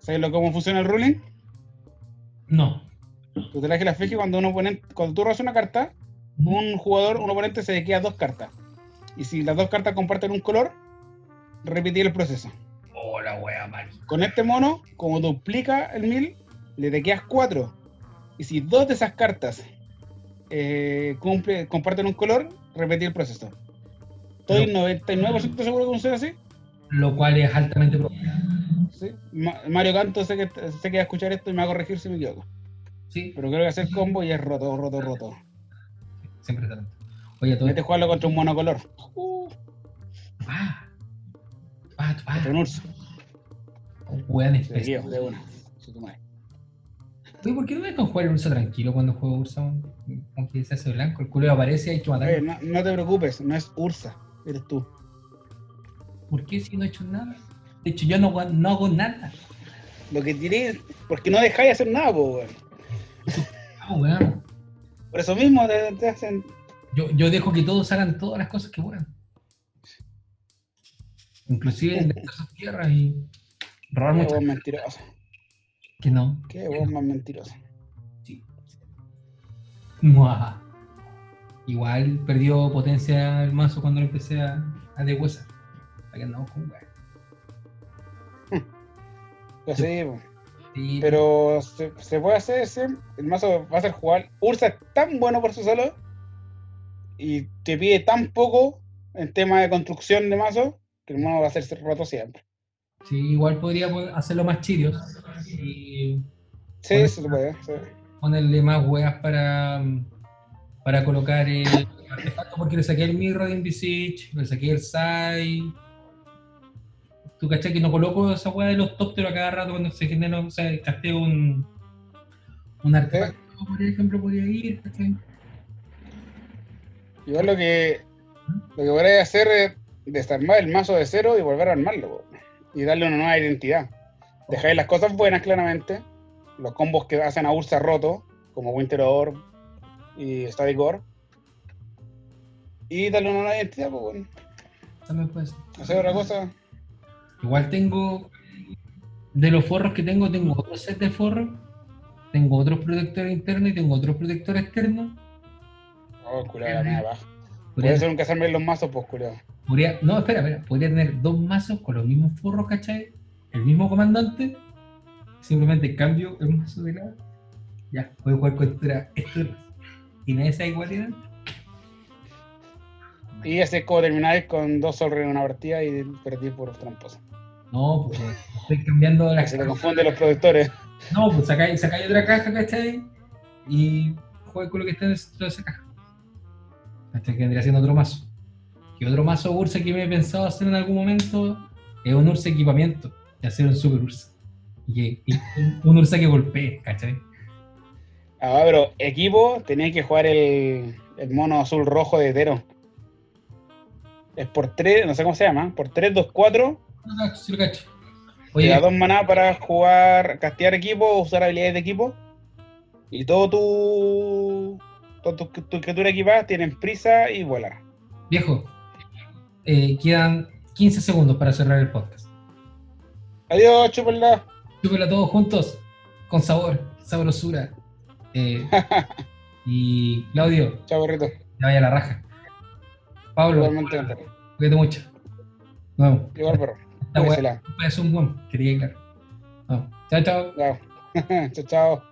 Speaker 2: ¿Sabes lo, cómo funciona el ruling?
Speaker 1: no.
Speaker 2: Tutelaje de la esfinge, cuando, un oponente, cuando tú robas una carta, un jugador, un oponente se le queda dos cartas. Y si las dos cartas comparten un color, repetir el proceso.
Speaker 1: Oh, la wea, Mari.
Speaker 2: Con este mono, como duplica el 1000, le te quedas 4. Y si dos de esas cartas eh, cumple, comparten un color, repetir el proceso. Estoy 99% seguro que funciona así.
Speaker 1: Lo cual es altamente probable.
Speaker 2: Sí. Ma- Mario Canto sé que, sé que va a escuchar esto y me va a corregir si me equivoco.
Speaker 1: Sí,
Speaker 2: Pero creo que hacer combo y es roto, roto, roto.
Speaker 1: siempre está atento. Oye, todo
Speaker 2: Vete a jugarlo contra un monocolor. Uh,
Speaker 1: Ah, ah, ah,
Speaker 2: contra un urso.
Speaker 1: un weón
Speaker 2: De
Speaker 1: especial.
Speaker 2: de una. Su tu madre.
Speaker 1: Oye, ¿por qué no me dejan jugar el urso tranquilo cuando juego urso? Como que se hace blanco, el culo aparece, hay que
Speaker 2: Oye,
Speaker 1: matarlo.
Speaker 2: no, no te preocupes, no es Ursa, eres tú.
Speaker 1: ¿Por qué si no he hecho nada? De hecho, yo no, gua- no hago nada.
Speaker 2: Lo que diré, porque no dejáis de hacer nada, po, weón.
Speaker 1: Ah, weón.
Speaker 2: Por eso mismo te, te hacen.
Speaker 1: Yo, yo dejo que todos hagan todas las cosas que puedan. Inclusive inventar sus tierras y robar
Speaker 2: Qué
Speaker 1: Ah, mucho.
Speaker 2: vos mentiroso,
Speaker 1: Que no.
Speaker 2: qué vos más mentiroso.
Speaker 1: Muaja. Igual perdió potencia el mazo cuando lo empecé a, a deshuesar. Para que andamos con weón.
Speaker 2: Yo sé, Pues po.
Speaker 1: Sí,
Speaker 2: pero se, se puede hacer, sí. el mazo va a ser jugar. Ursa es tan bueno por su solo y te pide tan poco en tema de construcción de mazo que el mono va a ser roto siempre.
Speaker 1: sí, igual podría po- hacerlo más chirios y
Speaker 2: Sí,
Speaker 1: Bueno.
Speaker 2: se puede. sí.
Speaker 1: ponerle más weas para, para colocar el artefacto, porque le saqué el Mirror de Invisage, le saqué el Sai. ¿Tú cachai que no coloco esa wea de los tópteros a cada rato cuando se genera, o sea, casteo un, un artefacto, por ejemplo, podría ir, ¿cachai?
Speaker 2: Yo lo que lo que podría hacer es desarmar el mazo de cero y volver a armarlo po, y darle una nueva identidad. Dejáis las cosas buenas claramente, los combos que hacen a Ursa roto, como Winter Orb y Static Orb, y darle una nueva identidad, pues bueno.
Speaker 1: También puede ser.
Speaker 2: Hacer otra cosa.
Speaker 1: Igual tengo, de los forros que tengo, tengo otro set de forros, tengo otros protectores internos y tengo otros protectores externos.
Speaker 2: Oh, culiao, la media baja.
Speaker 1: Podría-
Speaker 2: Puede ser un cazarme los mazos, pues culiao.
Speaker 1: Podría, no, espera, espera. Podría tener dos mazos con los mismos forros, ¿cachai? El mismo comandante. Simplemente cambio el mazo de lado. Ya, voy a jugar contra estos. Y nadie sabe cuál era.
Speaker 2: Y así es como terminar con dos sol en una partida y perdí por tramposa.
Speaker 1: No, pues estoy cambiando la
Speaker 2: Se te confunden los productores.
Speaker 1: No, pues sacáis sacáis otra caja, ¿cachai? Y juega con lo que está dentro de esa caja. Hasta que vendría siendo otro mazo. Y otro mazo Ursa que me he pensado hacer en algún momento es un Ursa equipamiento. Y hacer un Super Ursa. Y, que- y un- un Ursa que golpee, ¿cachai?
Speaker 2: Ah, pero equipo tenía que jugar el, el mono azul rojo de Tero. Es por 3, no sé cómo se llama, por 3, 2, 4.
Speaker 1: No cacho, sí lo cacho.
Speaker 2: Te
Speaker 1: Oye,
Speaker 2: da dos maná para jugar, castear equipo o usar habilidades de equipo. Y todo tu. Todas tus tus criaturas equipadas tienen prisa y vuela.
Speaker 1: viejo, eh, quedan 15 segundos para cerrar el podcast.
Speaker 2: Adiós, chupala.
Speaker 1: Chúpela todos juntos, con sabor, sabrosura. Eh, y Claudio,
Speaker 2: Chao, burrito.
Speaker 1: te vaya a la raja. Pablo,
Speaker 2: Igualmente.
Speaker 1: Cuídate mucho. Nos vemos.
Speaker 2: Igual, perro.
Speaker 1: Esta weá
Speaker 2: Cuídesela.
Speaker 1: es un buen, que te quede claro. Nos vemos. Chao, chao.
Speaker 2: <laughs> Chao. chao, chao.